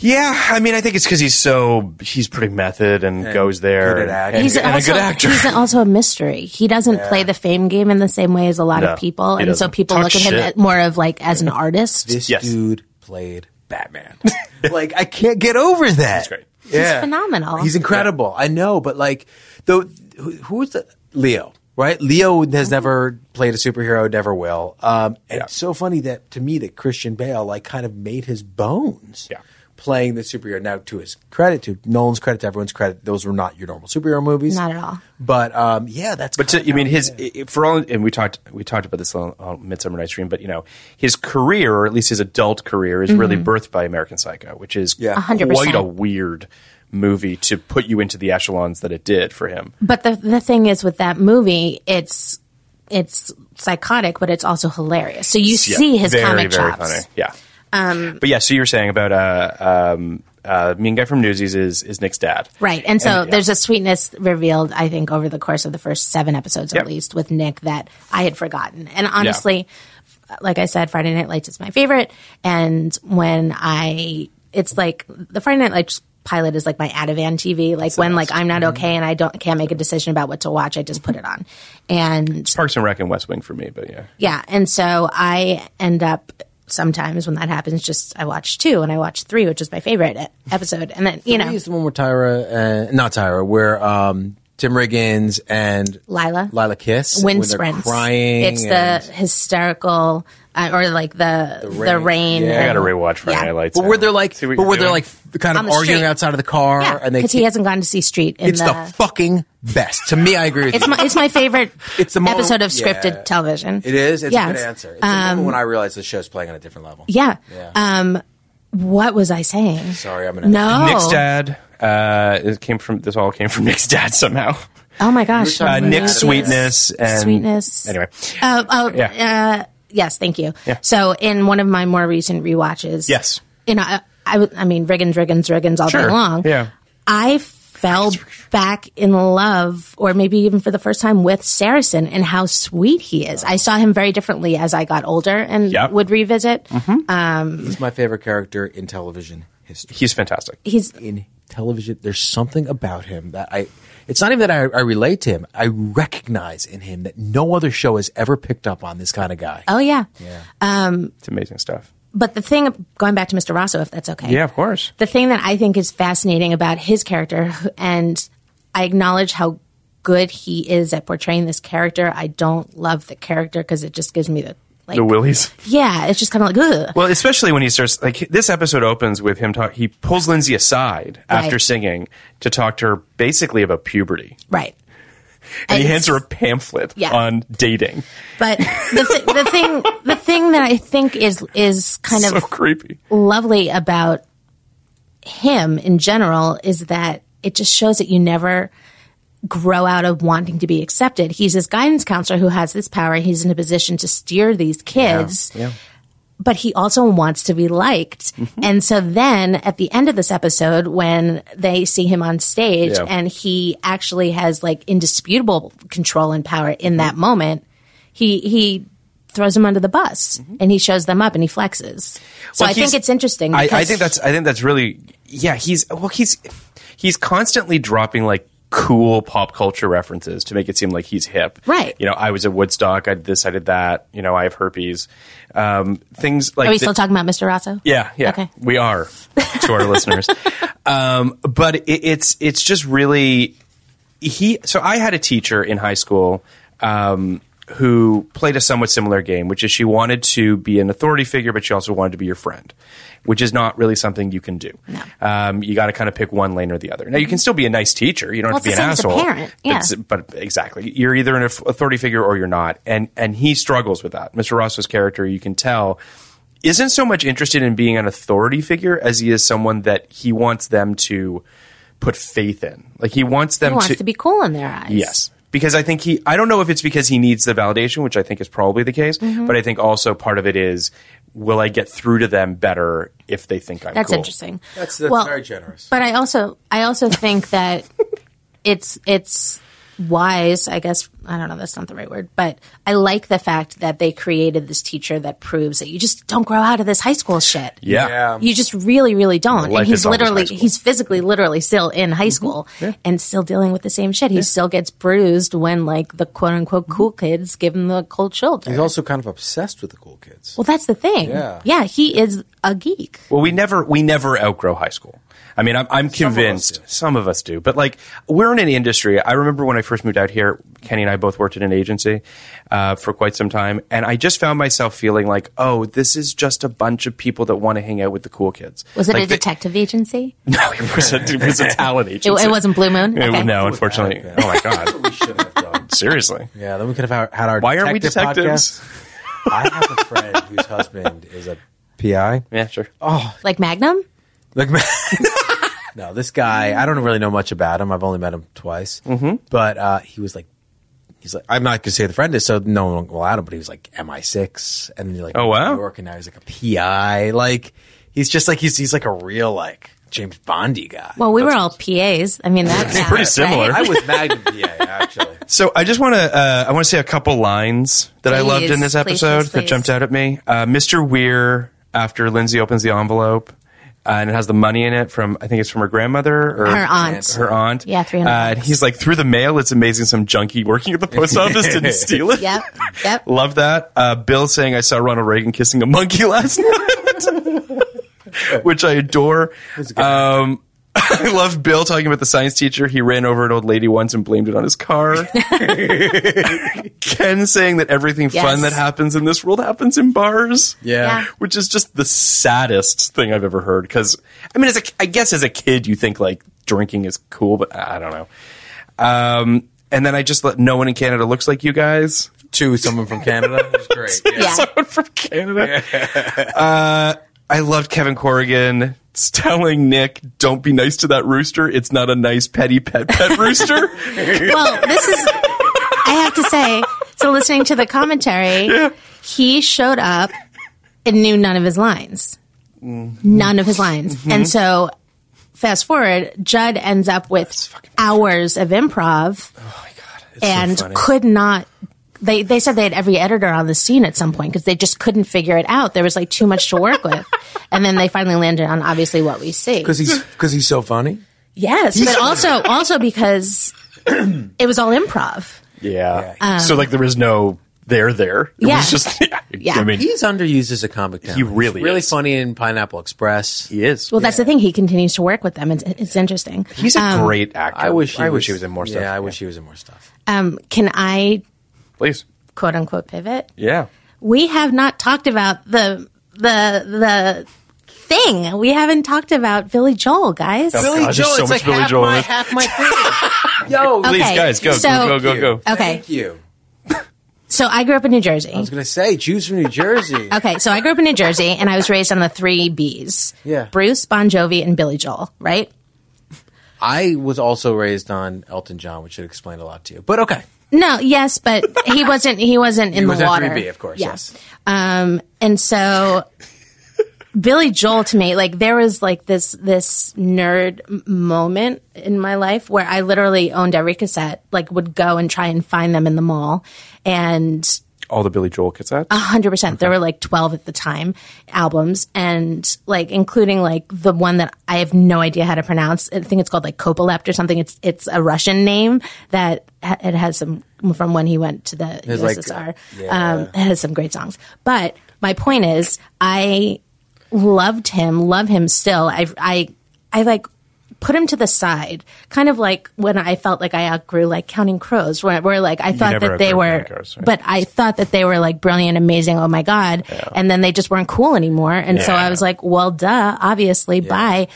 S3: Yeah, I mean, I think it's because he's so he's pretty method and, goes there,
S2: good at
S3: and-
S2: acting.
S3: and,
S4: He's
S3: and
S4: also
S3: a good actor.
S4: he's also a mystery. He doesn't
S3: Yeah.
S4: play the fame game in the same way as a lot
S3: No,
S4: of people,
S3: he
S4: and so
S3: doesn't.
S4: people
S3: Talk
S4: look at him
S3: shit.
S4: at more of like as an artist.
S2: This dude played Batman. like I can't get over that. That's great.
S4: He's phenomenal.
S2: He's incredible. I know, but like, though, who, who is the Leo? Right? Leo has never played a superhero, never will. Um, and it's so funny that to me that Christian Bale like kind of made his bones playing the superhero. Now, to his credit, to Nolan's credit, to everyone's credit, those were not your normal superhero movies.
S4: Not at all.
S2: But um, yeah, that's.
S3: But to, I mean, his i- for all, and we talked we talked about this on, on Midsummer Night's Dream. But you know, his career, or at least his adult career, is really
S4: Mhm.
S3: birthed by American Psycho, which is
S4: A hundred
S3: quite
S4: percent.
S3: a weird movie to put you into the echelons that it did for him.
S4: But the the thing is with that movie, it's it's psychotic, but it's also hilarious. So you
S3: Yeah,
S4: see his
S3: very,
S4: comic
S3: very
S4: chops.
S3: funny. Yeah.
S4: Um,
S3: But yeah, so you were saying about uh, um, uh, mean guy from Newsies is is Nick's dad,
S4: Right. And so
S3: yeah.
S4: there's a sweetness revealed, I think, over the course of the first seven episodes, at least, with Nick that I had forgotten. And honestly, f- like I said, Friday Night Lights is my favorite. And when I, it's like the Friday Night Lights pilot is like my Ativan TV. Like when like I'm
S3: Mm-hmm.
S4: not okay and I don't can't make a decision about what to watch, I just put it on. And
S3: It's Parks and Rec and West Wing for me, but yeah.
S4: yeah. And so I end up sometimes when that happens, just I watch two and I watch three, which is my favorite e- episode. And then, you
S2: Three
S4: know,
S2: is the one where Tyra, uh, not Tyra, where um, Tim Riggins and
S4: Lila.
S2: Lila Kiss
S4: wind
S2: when they're
S4: sprints.
S2: crying.
S4: It's
S2: and-
S4: the hysterical, uh, or like the the rain.
S2: Yeah.
S3: I gotta
S2: and-
S3: rewatch Friday Night Lights.
S2: But where they're like,
S3: See what
S2: but
S3: you're
S2: where they're
S3: doing.
S2: like f- kind
S4: On
S2: of
S4: the
S2: arguing
S4: street.
S2: outside of the car, and they
S4: because he hasn't gone to see Street. In
S2: it's the, fucking best. To me, I agree with
S4: it's
S2: you.
S4: my it's my favorite
S2: It's the moment-
S4: episode of
S2: yeah.
S4: scripted television.
S2: It is. It's
S4: Yeah.
S2: a good answer. It's the
S4: Um,
S2: moment when I realized the show's playing on a different level.
S4: Yeah.
S2: Yeah.
S4: Um, what was I saying?
S2: Sorry, I'm
S4: an No.
S3: Nick's dad. Uh, it came from this all came from Nick's dad somehow.
S4: Oh my gosh!
S3: uh, Nick's
S4: Yes.
S3: sweetness and
S4: sweetness.
S3: Anyway,
S4: Uh, oh,
S3: Yeah.
S4: uh, yes, thank you.
S3: Yeah.
S4: So, in one of my more recent rewatches,
S3: yes,
S4: you know, I, I, w- I mean, Riggins, Riggins, Riggins all
S3: sure,
S4: day long.
S3: Yeah,
S4: I fell back in love, or maybe even for the first time, with Saracen and how sweet he is. I saw him very differently as I got older and
S2: Yep.
S4: would revisit.
S3: Mm-hmm.
S4: Um,
S2: He's my favorite character in television history.
S3: He's fantastic.
S4: He's
S2: in television. There's something about him that I. It's not even that I, I relate to him. I recognize in him that no other show has ever picked up on this kind of guy.
S4: oh yeah.
S2: Yeah.
S4: Um,
S3: it's amazing stuff.
S4: but the thing, going back to Mr. Rosso, if that's okay.
S3: Yeah, of course.
S4: The thing that I think is fascinating about his character, and I acknowledge how good he is at portraying this character. I don't love the character because it just gives me the
S2: Like
S3: the willies.
S2: Yeah, it's just kind of like ugh.
S3: Well, especially when he starts like this episode opens with him talk. He pulls Lindsay aside
S2: Right.
S3: after singing to talk to her basically about puberty,
S2: Right.
S3: and, he hands her a pamphlet
S2: Yeah.
S3: on dating.
S2: But the, th- the thing the thing that I think is is kind
S3: so
S2: of
S3: creepy.
S2: lovely about him in general is that it just shows that you never grow out of wanting to be accepted. He's this guidance counselor who has this power. He's in a position to steer these kids,
S10: Yeah. Mm-hmm.
S2: but he also wants to be liked. And so then at the end of this episode, when they see him on stage
S10: Yeah.
S2: and he actually has like indisputable control and power in
S10: Mm-hmm.
S2: that moment, he, he, Throws him under the bus, and he shows them up, and he flexes. So
S3: Well,
S2: I think
S3: he's-
S2: it's interesting.
S3: I, I
S2: because-
S3: think that's I think that's really yeah. He's well, he's he's constantly dropping like cool pop culture references to make it seem like he's hip.
S2: Right.
S3: You know, I was at Woodstock. I did this. I did that. You know, I have herpes. Um, things like
S2: Are we
S3: that-
S2: still talking about Mr. Rosso?
S3: Yeah, yeah,
S2: Okay.
S3: we are to our listeners. Um, but it, it's it's just really he. So I had a teacher in high school um, who played a somewhat similar game, which is she wanted to be an authority figure, but she also wanted to be your friend, which is not really something you can do. Um, you got to kind of pick one lane or the other. Now you can still be a nice teacher. You don't
S2: Well,
S3: have to be
S2: it's
S3: an
S2: the same
S3: asshole.
S2: as a parent, yeah.
S3: It's- but exactly you're either an au- authority figure or you're not and and he struggles with that mr rosso's character you can tell isn't so much interested in being an authority figure as he is someone that he wants them to put faith in like he wants them
S2: he wants to, be cool in their eyes.
S3: yes because i think he i don't know if it's because he needs the validation which i think is probably the case
S2: Mhm.
S3: but i think also part of it is will i get through to them better if they think i'm
S2: That's
S3: cool?
S2: interesting.
S11: That's, that's
S2: Well,
S11: very generous.
S2: But I also I also think that it's it's wise, I guess I don't know, that's not the right word, but I like the fact that they created this teacher that proves that you just don't grow out of this high school shit.
S3: Yeah. Yeah.
S2: You just really, really don't.
S3: Life
S2: And
S3: is
S2: he's
S3: always
S2: literally
S3: high school. Mm-hmm.
S2: he's physically literally still in high school and still dealing with the same shit. He still gets bruised when like the quote unquote cool
S3: Mm-hmm.
S2: kids give him the cold shoulder.
S11: He's also kind of obsessed with the cool kids.
S2: Well, that's the thing.
S3: Yeah.
S2: Yeah, he is a geek.
S3: Well, we never we never outgrow high school. I mean, I'm, I'm convinced some of, us do, but like we're in an industry. I remember when I first moved out here, Kenny and I both worked in an agency uh, for quite some time, and I just found myself feeling like, oh, this is just a bunch of people that want to hang out with the cool kids.
S2: Was it
S3: Like,
S2: a
S3: they-
S2: detective agency?
S3: no, it was a, it was a talent
S2: It,
S3: agency.
S2: it wasn't Blue Moon.
S3: It-
S2: Okay.
S3: No, unfortunately. Oh my god. we should have done. Seriously.
S11: Yeah, then we could have had our
S3: Why aren't we
S11: detective
S3: detectives?
S11: podcast. I have a friend whose husband is a PI.
S3: Yeah, sure.
S11: Oh,
S2: Like Magnum?
S11: look, no, this guy. I don't really know much about him. I've only met him twice, mm-hmm. but uh, he was like, he's like, I'm not gonna say who the friend is, so no one will out him. But he was like MI6, and then you're like,
S3: Oh, wow.
S11: New York, and now he's like a PI. Like he's just like he's he's like a real like James Bondy guy.
S2: Well, we were all PAs. I mean, that's
S3: pretty similar.
S11: I was Magnum PI actually.
S3: So I just want to uh, I want to say a couple lines that I
S11: Please,
S3: loved in this
S11: please,
S3: episode
S11: please,
S3: that
S11: please.
S3: jumped out at me. Uh, Mr. Weir, after Lindsay opens the envelope. Uh, and it has the money in it from I think it's from her grandmother or
S2: Her aunt.
S3: Her aunt.
S2: Yeah,
S3: Uh,
S2: 300
S3: and he's like through the mail. It's amazing. Some junkie working at the post office didn't steal it.
S2: Yep. Yep.
S3: Love that. Uh, Bill saying I saw Ronald Reagan kissing a monkey last night, which I adore. Um, I love Bill talking about the science teacher. He ran over an old lady once and blamed it on his car. Ken saying that everything
S12: Yes.
S3: fun that happens in this world happens in bars.
S11: Yeah.
S3: Which is just the saddest thing I've ever heard. Because, I mean, as a, I guess as a kid, you think like drinking is cool, but I I don't know. Um, and then I just let no one in Canada looks like you guys.
S11: To someone from Canada. It was great.
S3: Someone from Canada. uh, I loved Kevin Corrigan telling Nick, don't be nice to that rooster. It's not a nice petty pet pet rooster.
S2: well, this is. I have to say, so listening to the commentary, he showed up and knew none of his lines. None of his lines.
S10: Mhm.
S2: And so, fast forward, Judd ends up with hours of improv. Oh my god! and
S10: funny.
S2: could not. They they said they had every editor on the scene at some point because they just couldn't figure it out. There was like too much to work with, and then they finally landed on obviously what we see
S11: Because he's because he's so funny.
S2: yes, but also also because it was all improv.
S3: Yeah.
S2: Um,
S3: so like there was no there there. It
S2: Yeah.
S3: was just yeah.
S2: Yeah.
S3: I mean
S11: he's underused as a comic. He really really funny in Pineapple Express.
S3: He is.
S2: Well, that's the thing. He continues to work with them. It's, it's interesting. Um,
S3: actor.
S11: I wish he
S3: I
S11: was,
S3: wish he was in more stuff.
S11: Yeah, I wish he was in more stuff.
S2: Um, can I
S3: Please.
S2: quote unquote pivot?
S3: Yeah.
S2: we have not talked about the the the thing. We haven't talked about Billy Joel, guys.
S3: Oh, Billy God, there's Joel, so it's much like Billy half Joel in my- it.
S2: half my
S3: Yo, please,
S2: Okay,
S3: guys, go,
S2: so-
S3: go, go, go, go.
S2: Okay.
S11: Thank you.
S2: So I grew up in New Jersey.
S11: I was going to say, Jews from New Jersey.
S2: Okay, so I grew up in New Jersey and I was raised on the three B's.
S11: Yeah.
S2: Bruce, Bon Jovi, and Billy Joel, right?
S11: I was also raised on Elton John, which should explain a lot to you. But okay.
S2: No, yes, but he wasn't he wasn't in
S11: He
S2: the
S11: was at
S2: water.
S11: 3B, of course, yes.
S2: Um and so Billy Joel to me, like there was like this this nerd m- moment in my life where I literally owned every cassette, like would go and try and find them in the mall and
S3: All the Billy Joel cassettes.
S2: A hundred percent. There were like twelve at the time albums, and like including like the one that I have no idea how to pronounce. I think it's called like Kopolept or something. It's it's a Russian name that ha- it has some from when he went to the
S11: It's like-
S2: USSR.
S11: yeah.
S2: um, it has some great songs, but my point is, I loved him, love him still. I I I like put him to the side, kind of like when I felt like I outgrew like Counting Crows, where, where like I
S13: You
S2: thought
S13: never
S2: that they
S13: outgrew
S2: were,
S13: Counting Crows, right?
S2: but I thought that they were like brilliant, amazing, oh my god, and then they just weren't cool anymore, and so
S3: Yeah.
S2: I was like, well, duh, obviously, bye.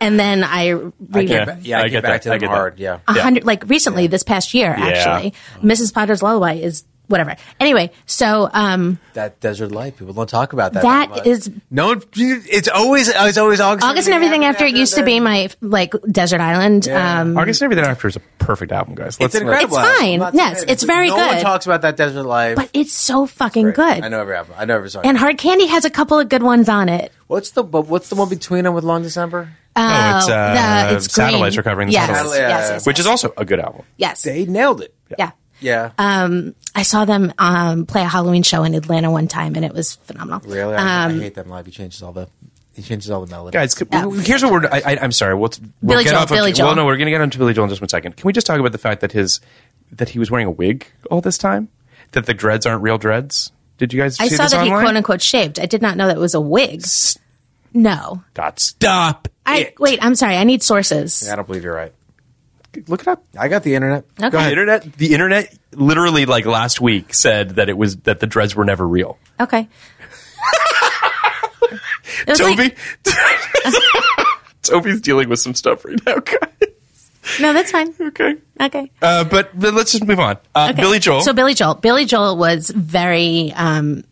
S2: And then I, re-
S11: yeah, I get back to them hard, yeah.
S2: a hundred like recently this past year
S11: Yeah.
S2: actually mrs potter's lullaby is whatever anyway so um
S11: That desert light. People don't talk about that.
S2: That
S11: much.
S2: is-
S11: no. one- It's always it's always August.
S2: august and everything after it used to be my like desert island um
S3: August and Everything After is a perfect album, guys.
S11: It's
S3: Let's
S11: an incredible.
S2: It's
S11: album.
S2: fine.
S11: I'm not
S2: Yes,
S11: saying
S2: it's very
S11: no
S2: good.
S11: one talks about that desert life.
S2: but it's so fucking
S11: I
S2: good
S11: know every album. I know every song.
S2: and hard candy has a couple of good ones on it
S11: what's the but what's the one between them with Long December?
S2: Oh,
S3: it's, uh,
S2: the- it's
S3: Satellites
S2: green.
S3: Recovering the
S2: Yes,
S3: Satellites.
S2: yes, yes, yes.
S3: Which is also a good album.
S2: yes
S11: they nailed it
S2: yeah
S11: yeah
S2: um i saw them um play a halloween show in atlanta one time and it was phenomenal
S11: Really, I, I
S2: um
S11: hate them live. He changes all the he changes all the melody.
S3: Guys, c- w- here's what we're. I, I, I'm sorry. We'll, we'll
S2: Billy
S3: get
S2: Joel,
S3: off of,
S2: Billy Joel.
S3: Well, no, we're going to get onto Billy Joel in just one second. Can we just talk about the fact that his that he was wearing a wig all this time? That the dreads aren't real dreads. Did you guys?
S2: i
S3: see
S2: saw
S3: this
S2: that he
S3: online?
S2: quote unquote shaved i did not know that it was a wig no
S3: God, stop.
S2: i wait i'm sorry i need sources
S11: I don't believe you're right.
S3: Look it up.
S11: I got the internet.
S2: Okay.
S3: The internet. The internet literally like last week said that it was that the dreads were never real.
S2: Okay. It was
S3: Toby.
S2: like-
S3: Toby's dealing with some stuff right now. guys.
S2: no, that's fine.
S3: Okay.
S2: Okay.
S3: Uh, but, but let's just move on. Uh,
S2: Okay.
S3: Billy Joel.
S2: So Billy Joel. Billy Joel was very um,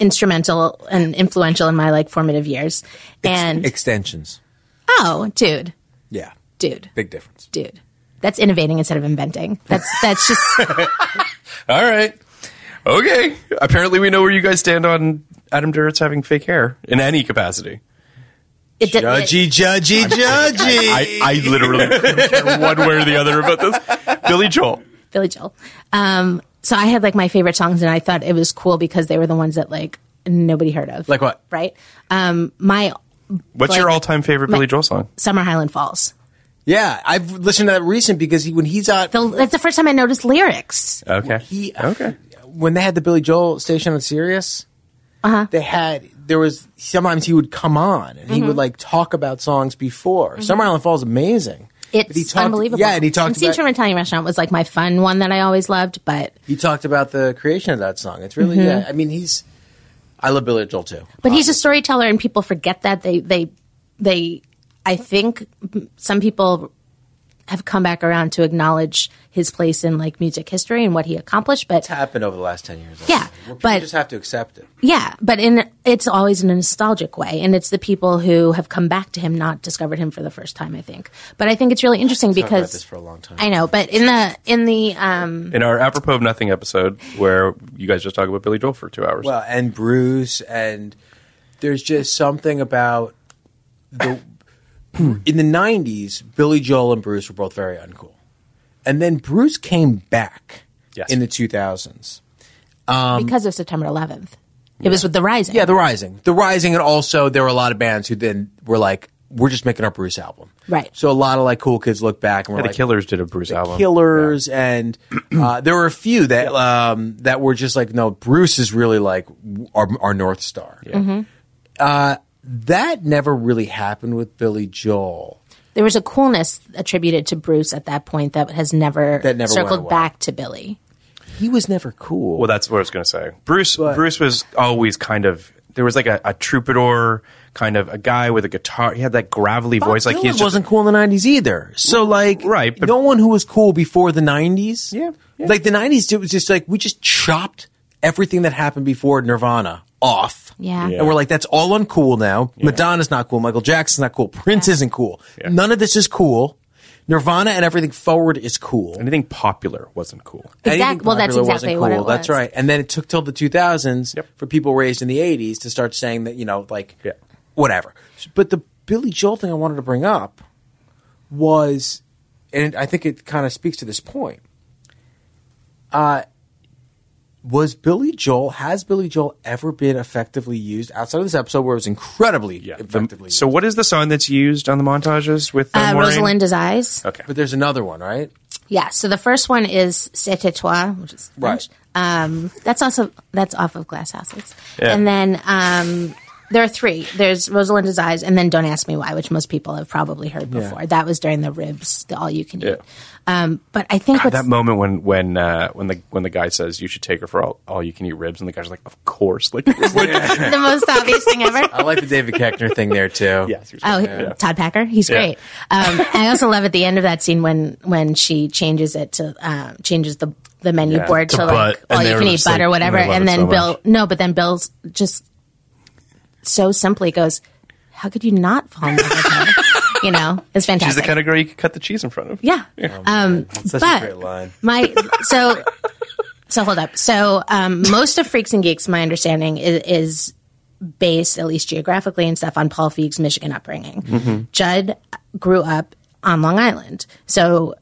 S2: instrumental and influential in my like formative years. And
S11: Extensions.
S2: oh, dude,
S11: Yeah,
S2: dude,
S11: big difference.
S2: dude, that's innovating instead of inventing. That's that's just
S3: All right. Okay. Apparently, we know where you guys stand on Adam Duritz having fake hair in any capacity.
S2: it did,
S11: Judgy, judgy, judgy.
S3: I, I literally couldn't care one way or the other about this. Billy Joel.
S2: Billy Joel. Um, so I had like my favorite songs, and I thought it was cool because they were the ones that like nobody heard of.
S3: Like what?
S2: Right. Um, my
S3: What's
S2: like,
S3: your all-time favorite Billy Joel song?
S2: Summer Highland Falls.
S11: Yeah, I've listened to that recent because he, when he's out,
S2: That's the first time I noticed lyrics.
S3: Okay.
S11: He, uh, okay. When they had the Billy Joel station on Sirius, uh-huh. they had there was sometimes he would come on and he would like talk about songs before. Summer Island Falls, is amazing.
S2: It's
S11: But he talked-
S2: unbelievable.
S11: Yeah, and he talked
S2: Scene
S11: about-
S2: from an Italian restaurant was like my fun one that I always loved, but
S11: He talked about the creation of that song. It's really
S2: Mhm.
S11: yeah. I mean, he's I love Billy Joel too.
S2: but he's a storyteller, and people forget that they they they. I think some people have come back around to acknowledge his place in like music history and what he accomplished, but
S11: It's happened over the last ten years.
S2: yeah,
S11: but just have to accept it.
S2: Yeah, but in it's always in a nostalgic way, and it's the people who have come back to him, not discovered him for the first time. I think, but I think it's really interesting
S3: Talked about
S2: because
S3: this for a long time.
S2: I know, but in the in the um,
S3: In our apropos of nothing episode, where you guys just talk about Billy Joel for two hours.
S11: Well, and Bruce, and there's just something about the in the '90s. Billy Joel and Bruce were both very uncool, and then Bruce came back
S3: Yes.
S11: in the 2000s. Um,
S2: because of September 11th, it was with the Rising.
S11: yeah, the Rising, the Rising, and also there were a lot of bands who then were like, "We're just making our Bruce album."
S2: Right.
S11: So a lot of like cool kids look back and
S3: Yeah,
S11: were
S3: the
S11: like,
S3: Killers did a Bruce album.
S11: Killers, and uh, there were a few that um, that were just like, no, Bruce is really like our, our north star. Uh, that never really happened with Billy Joel.
S2: There was a coolness attributed to Bruce at that point that has never
S11: That never went
S2: circled
S11: away.
S2: back to Billy.
S11: He was never cool.
S3: Well, that's what I was going to say. Bruce Bruce was always kind of there was like a, a troubadour kind of a guy with a guitar. He had that gravelly voice, like
S11: Dylan
S3: he's just,
S11: wasn't cool in the '90s either. So like, right? no one who was cool before the '90s. Yeah, Like the '90s, it was just like we just chopped everything that happened before Nirvana off.
S2: Yeah.
S11: And we're like, that's all uncool now. Madonna's not cool. Michael Jackson's not cool. Prince isn't cool. None of this is cool. Nirvana and everything forward is cool.
S3: Anything popular wasn't cool.
S2: Exact- well, that's exactly what it
S11: That's
S2: was.
S11: right. And then it took till the 2000s for people raised in the 80s to start saying that, you know, like, whatever. But the Billy Joel thing I wanted to bring up was, and I think it kind of speaks to this point. Uh, was Billy Joel, has Billy Joel ever been effectively used outside of this episode where it was incredibly effectively
S3: so what is the song that's used on the montages with uh,
S2: Uh,
S3: Maureen?
S2: Rosalinda's eyes.
S3: Okay,
S11: but there's another one, right?
S2: Yeah. So the first one is C'était toi, which is French. Um, that's also that's off of Glass Houses.
S14: Yeah.
S2: And then um, there are three. There's Rosalinda's eyes, and then Don't Ask Me Why, which most people have probably heard
S3: Yeah.
S2: before. That was during the ribs, the all you can eat.
S3: Yeah.
S2: Um, but I think
S3: God,
S2: what's,
S3: that moment when when uh, when the when the guy says you should take her for all, all you can eat ribs, and the guy's like, of course, like
S2: the most obvious thing ever.
S11: I like the David Keckner thing there too.
S3: yes,
S2: Oh, Todd Packer, he's
S3: Yeah.
S2: great. Um, and I also love at the end of that scene when when she changes it to um, changes the the menu
S14: Yeah,
S2: board
S14: to
S2: to, like
S14: butt, and
S2: all you
S14: they're
S2: can eat
S14: just
S2: butt
S14: like-
S2: or whatever,
S14: they love
S2: and
S14: it
S2: then
S14: so
S2: Bill
S14: much.
S2: no, but then Bill's just so simply goes, "How could you not fall in love with her?" you know, it's fantastic.
S3: she's the kind of girl you could cut the cheese in front of.
S2: yeah. Um, but
S11: line.
S2: my so so hold up. So um, most of Freaks and Geeks, my understanding is, is based at least geographically and stuff on Paul Feig's Michigan upbringing. Judd grew up on Long Island, so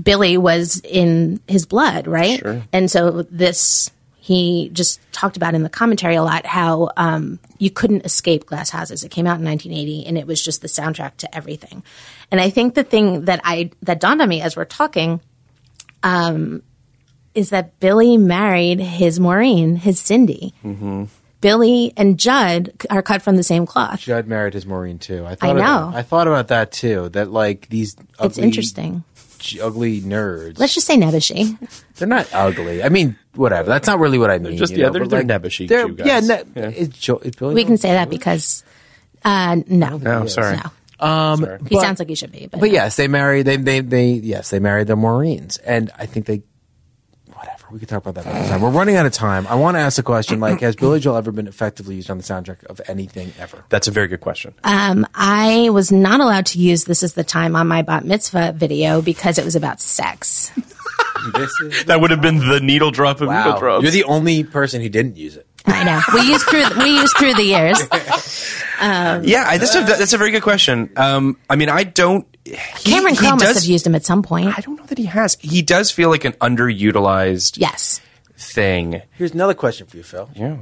S2: Billy was in his blood, right?
S14: Sure.
S2: And so this he just talked about in the commentary a lot how um, you couldn't escape glass houses. It came out in 1980, and it was just the soundtrack to everything. And I think the thing that I that dawned on me as we're talking um, is that Billy married his Maureen, his Cindy.
S11: Mm-hmm.
S2: Billy and Judd c- are cut from the same cloth.
S11: Judd married his Maureen too. I thought
S2: know.
S11: About, I thought about that too. That like these ugly,
S2: It's interesting.
S11: j- ugly nerds.
S2: Let's just say nebbishy.
S11: They're not ugly. I mean, whatever. That's not really what I mean.
S3: just-
S11: you know,
S3: yeah, they're-
S11: but,
S3: they're
S11: like,
S3: nebbishy
S11: they're-
S3: Jew
S11: Yeah,
S3: guys.
S11: ne- It's jo- it's Billy
S2: We
S11: Joel?
S2: can say that because uh, no,
S11: No, sorry.
S2: no.
S11: Um,
S2: He
S11: but-
S2: sounds like he should be, but,
S11: But yes, they married. They, they they yes, they married their Marines, and I think they. Whatever. We could talk about that another time. We're running out of time. I want to ask the question: Like, has Billy Joel ever been effectively used on the soundtrack of anything ever?
S3: That's a very good question.
S2: Um, I was not allowed to use "This Is the Time" on my bat mitzvah video because it was about sex.
S3: that would have been the needle drop of
S11: Wow.
S3: needle drops.
S11: You're the only person who didn't use it.
S2: I know we used through we used through the years. Um,
S3: yeah, I- that's a that's a very good question. Um, I mean, I don't.
S2: Cameron
S3: he
S2: Crowe must
S3: does-
S2: have used him at some point. I
S3: don't know that he has. He does feel like an underutilized
S2: yes
S3: thing.
S11: Here's another question for you, Phil.
S3: Yeah.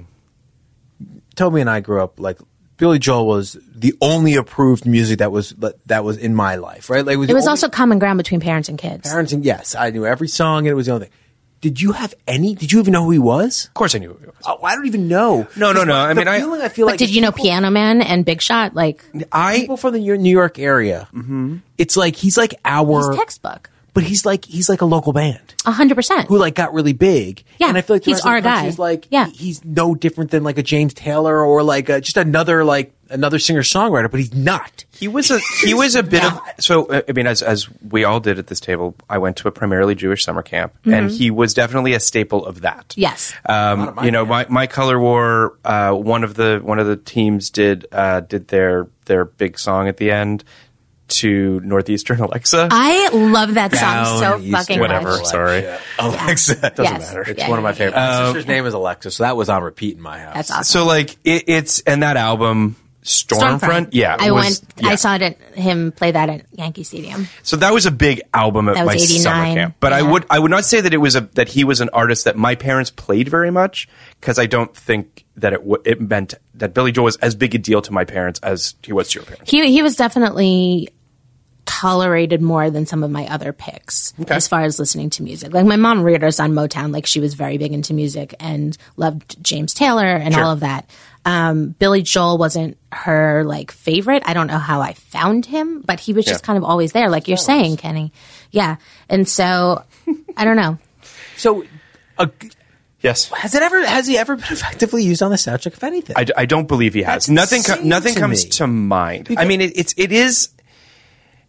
S11: Toby and I grew up like Billy Joel was the only approved music that was that was in my life, right? Like
S2: It
S11: the
S2: was
S11: only-
S2: also common ground between parents and kids.
S11: parents and yes, I knew every song and it was the only thing. Did you have any? Did you even know who he was? Of
S3: course, I knew. Who he was.
S11: Oh, I don't even know.
S3: No, no, no. I
S11: The
S3: mean, I
S11: feeling I feel
S2: but
S11: like
S2: did you know Piano Man and Big Shot? Like
S3: I
S11: people from the New York area. Mm-hmm. It's like he's like our
S2: He's textbook.
S11: but he's like he's like a local band
S2: hundred percent.
S11: who like got really big.
S2: Yeah,
S11: and I feel like the
S2: he's
S11: rest of the
S2: our
S11: country
S2: guy.
S11: is like yeah, he's no different than like a James Taylor or like a, just another like another singer songwriter, but he's not.
S3: He was a he was a bit of so uh, I mean as as we all did at this table I went to a primarily Jewish summer camp and
S14: Mhm.
S3: he was definitely a staple of that.
S2: Mm-hmm. Yes.
S3: Um, you know my, my color war uh, one of the one of the teams did uh, did their their big song at the end to Northeastern Alexa.
S2: I love that song so
S3: Down
S2: fucking
S3: Eastern whatever.
S2: much.
S3: Sorry,
S11: Alexa doesn't
S2: Yes. matter.
S11: It's
S2: Yeah,
S11: one of my
S2: yeah,
S11: favorites.
S3: yeah.
S11: My
S3: Um,
S11: sister's name is Alexa, so that was on repeat in my house.
S2: That's awesome.
S3: So like it, it's and that album Stormfront, yeah,
S2: I
S3: was-
S2: went. I saw it at, him play that at Yankee Stadium.
S3: So that was a big album at
S2: That was
S3: my summer
S2: 89,
S3: camp. But I would I would not say that it was a that he was an artist that my parents played very much because I don't think that it w- it meant that Billy Joel was as big a deal to my parents as he was to your parents.
S2: He he was definitely tolerated more than some of my other picks as far as listening to music. Like my mom reared us on Motown, like she was very big into music and loved James Taylor and
S14: Sure.
S2: all of that. Um, Billy Joel wasn't her like favorite. I don't know how I found him, but he was just
S14: Yeah.
S2: kind of always there, like you're saying, Kenny. Yeah, and so I don't know.
S15: So,
S3: yes,
S15: has it ever has he ever been effectively used on the soundtrack of anything?
S3: I, d- I don't believe he has.
S15: That's
S3: nothing. Co-
S15: insane
S3: nothing
S15: to
S3: comes
S15: me.
S3: to mind. I
S15: Because-
S3: mean, it, it's it is.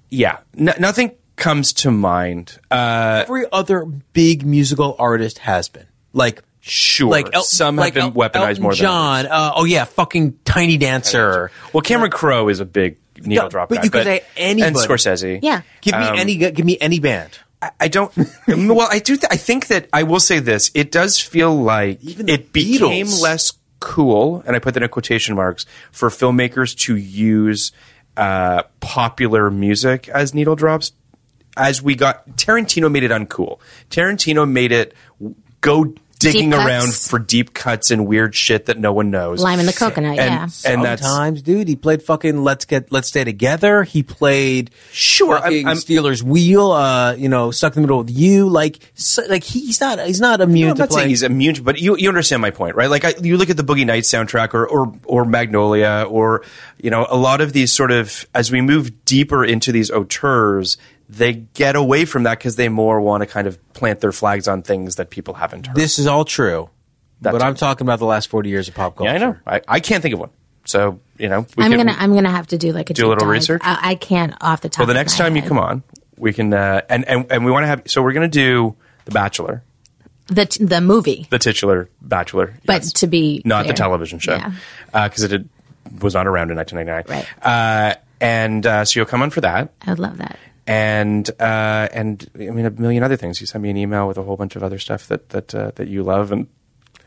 S3: Yeah, no, nothing comes to mind. Uh,
S15: Every other big musical artist has been like
S3: sure, some have been weaponized
S15: Elton
S3: more than
S15: John. Uh, oh yeah, fucking Tiny Dancer.
S3: Well, Cameron Crowe is a big needle
S15: No,
S3: drop
S15: but
S3: guy,
S15: you could say anybody.
S3: and Scorsese.
S15: Yeah. Give
S11: Um,
S15: me any gu- give me any band.
S3: I, I don't. well, I do. Th- I think that I will say this. It does feel like it became
S15: Beatles.
S3: less cool, and I put that in quotation marks for filmmakers to use uh, popular music as needle drops. As we got Tarantino made it uncool. Tarantino made it w- go digging
S2: Deep cuts.
S3: around for deep cuts and weird shit that no one knows.
S2: Lime in the
S3: And-
S2: coconut, yeah.
S3: and that's
S15: Sometimes, dude, he played fucking Let's Get Let's Stay Together. He played
S3: Sure, I'm-
S15: fucking
S3: I'm-
S15: Steelers Wheel. Uh, you know, stuck in the middle with you. Like, so, like he's not he's not immune
S3: No, I'm
S15: to
S3: not saying
S15: playing.
S3: he's immune, to- but you you understand my point, right? Like I, you look at the Boogie Nights soundtrack, or, or or Magnolia, or you know a lot of these sort of as we move deeper into these auteurs, they get away from that because they more want to kind of plant their flags on things that people haven't heard.
S15: This is all true, but I'm talking about the last forty years of pop culture.
S3: yeah, I know. I, I can't think of one, so you know we
S2: I'm
S3: can-
S2: gonna I'm gonna have to do like a
S3: do a
S2: deep
S3: little
S2: dive.
S3: research?
S2: I, I can't off the top.
S3: Well, the
S2: of
S3: next
S2: my
S3: time you
S2: head.
S3: come on, we can uh, and and and we want to have so we're gonna do the Bachelor,
S2: the t- the movie,
S3: the titular Bachelor,
S2: but to be
S3: not the
S2: fair.
S3: television show
S2: Yeah.
S3: because it did, was not around in 1999 right uh, and uh, so you'll come on for that
S2: I would love that.
S3: and uh, and i mean a million other things you sent me an email with a whole bunch of other stuff that that uh, that you love and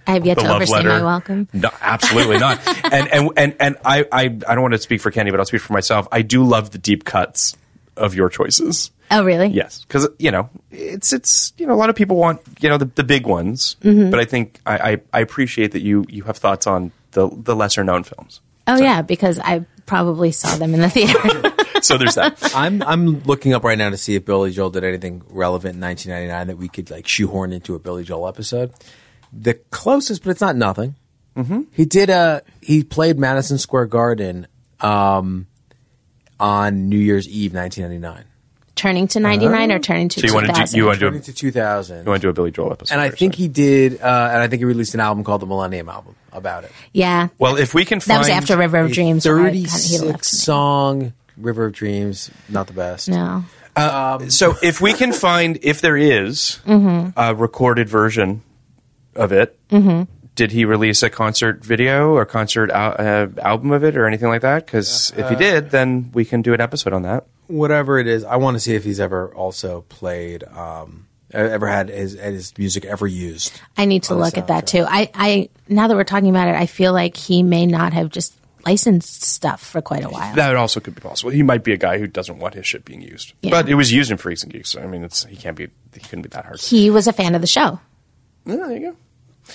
S2: I have yet
S3: the
S2: to
S3: love
S2: overstay
S3: letter.
S2: my welcome.
S3: no, absolutely not. and and and and I, I I don't want to speak for Kenny, but I'll speak for myself. I do love the deep cuts of your choices.
S2: Oh, really?
S3: Yes, because you know it's it's you know a lot of people want you know the, the big ones,
S2: Mhm.
S3: but I think I, I I appreciate that you you have thoughts on the the lesser known films.
S2: Oh, yeah, because I probably saw them in the theater.
S3: So there's that.
S15: I'm I'm looking up right now to see if Billy Joel did anything relevant in 1999 that we could like shoehorn into a Billy Joel episode. The closest, but it's not nothing. Mm-hmm. He did a he played Madison Square Garden um, on New Year's Eve 1999.
S2: turning to 99
S3: Oh.
S2: or turning to 2000.
S15: Turning to 2000?
S3: You want to do a Billy Joel episode?
S15: And I think he did, uh, and I think he released an album called the Millennium Album about it.
S2: yeah.
S3: Well, if we can
S2: That was after River of
S15: A
S2: Dreams. where Oh, I kinda- he left.
S15: Thirty-six song River of Dreams, not the best.
S2: No.
S3: Um, so if we can find if there is
S2: Mhm.
S3: a recorded version of it,
S2: Mhm.
S3: did he release a concert video or concert al- uh, album of it or anything like that? Because if he
S15: Uh,
S3: did, then we can do an episode on that.
S15: whatever it is, I want to see if he's ever also played, um, e- ever had his his music ever used.
S2: I need to
S15: on the
S2: look at that too. I, I now that we're talking about it, I feel like he may not have just licensed stuff for quite a while.
S3: That also could be possible. He might be a guy who doesn't want his shit being used,
S2: Yeah.
S3: but it was used in Freaks and Geeks. So I mean, it's he can't be he couldn't be that hard.
S2: He was a fan of the show.
S3: there you go.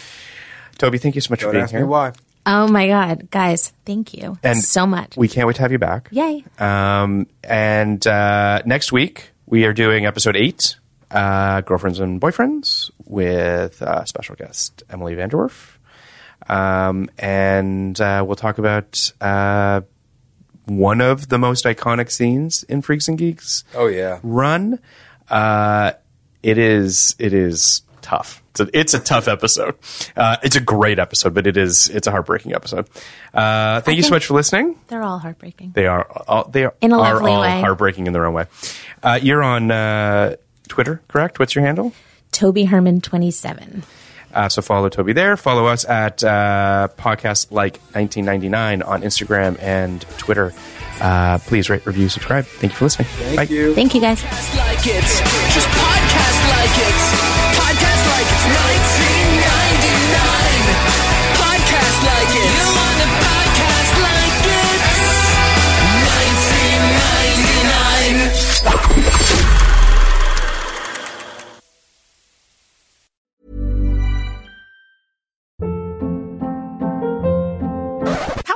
S3: Toby, thank you so much for being
S15: ask
S3: here.
S15: me why.
S2: Oh my god, guys, thank you
S3: And
S2: so much.
S3: We can't wait to have you back.
S2: Yay.
S3: Um, and uh, next week we are doing episode eight, uh, girlfriends and boyfriends, with uh, special guest Emily Vanderwerf. Um, and uh, we'll talk about uh, one of the most iconic scenes in Freaks and Geeks.
S15: Oh, yeah.
S3: run. Uh, it is. It is tough. It's a, it's a tough episode. Uh, it's a great episode, but it is. It's a heartbreaking episode. Uh, thank you so
S2: think-
S3: much for listening.
S2: They're all heartbreaking.
S3: They are all they are,
S2: In a
S3: are
S2: lovely
S3: all
S2: way.
S3: heartbreaking in their own way. Uh, you're on uh, Twitter, correct? What's your handle?
S2: Toby Herman 27.
S3: Uh, so follow Toby there. Follow us at uh, podcast like 1999 on Instagram and Twitter. Uh, please rate, review, subscribe. Thank you for listening. Bye.
S2: Thank you guys.
S16: Podcast like it. Just podcast like it. Podcast like it's 1999. Podcast like it. You want to podcast like it? 1999.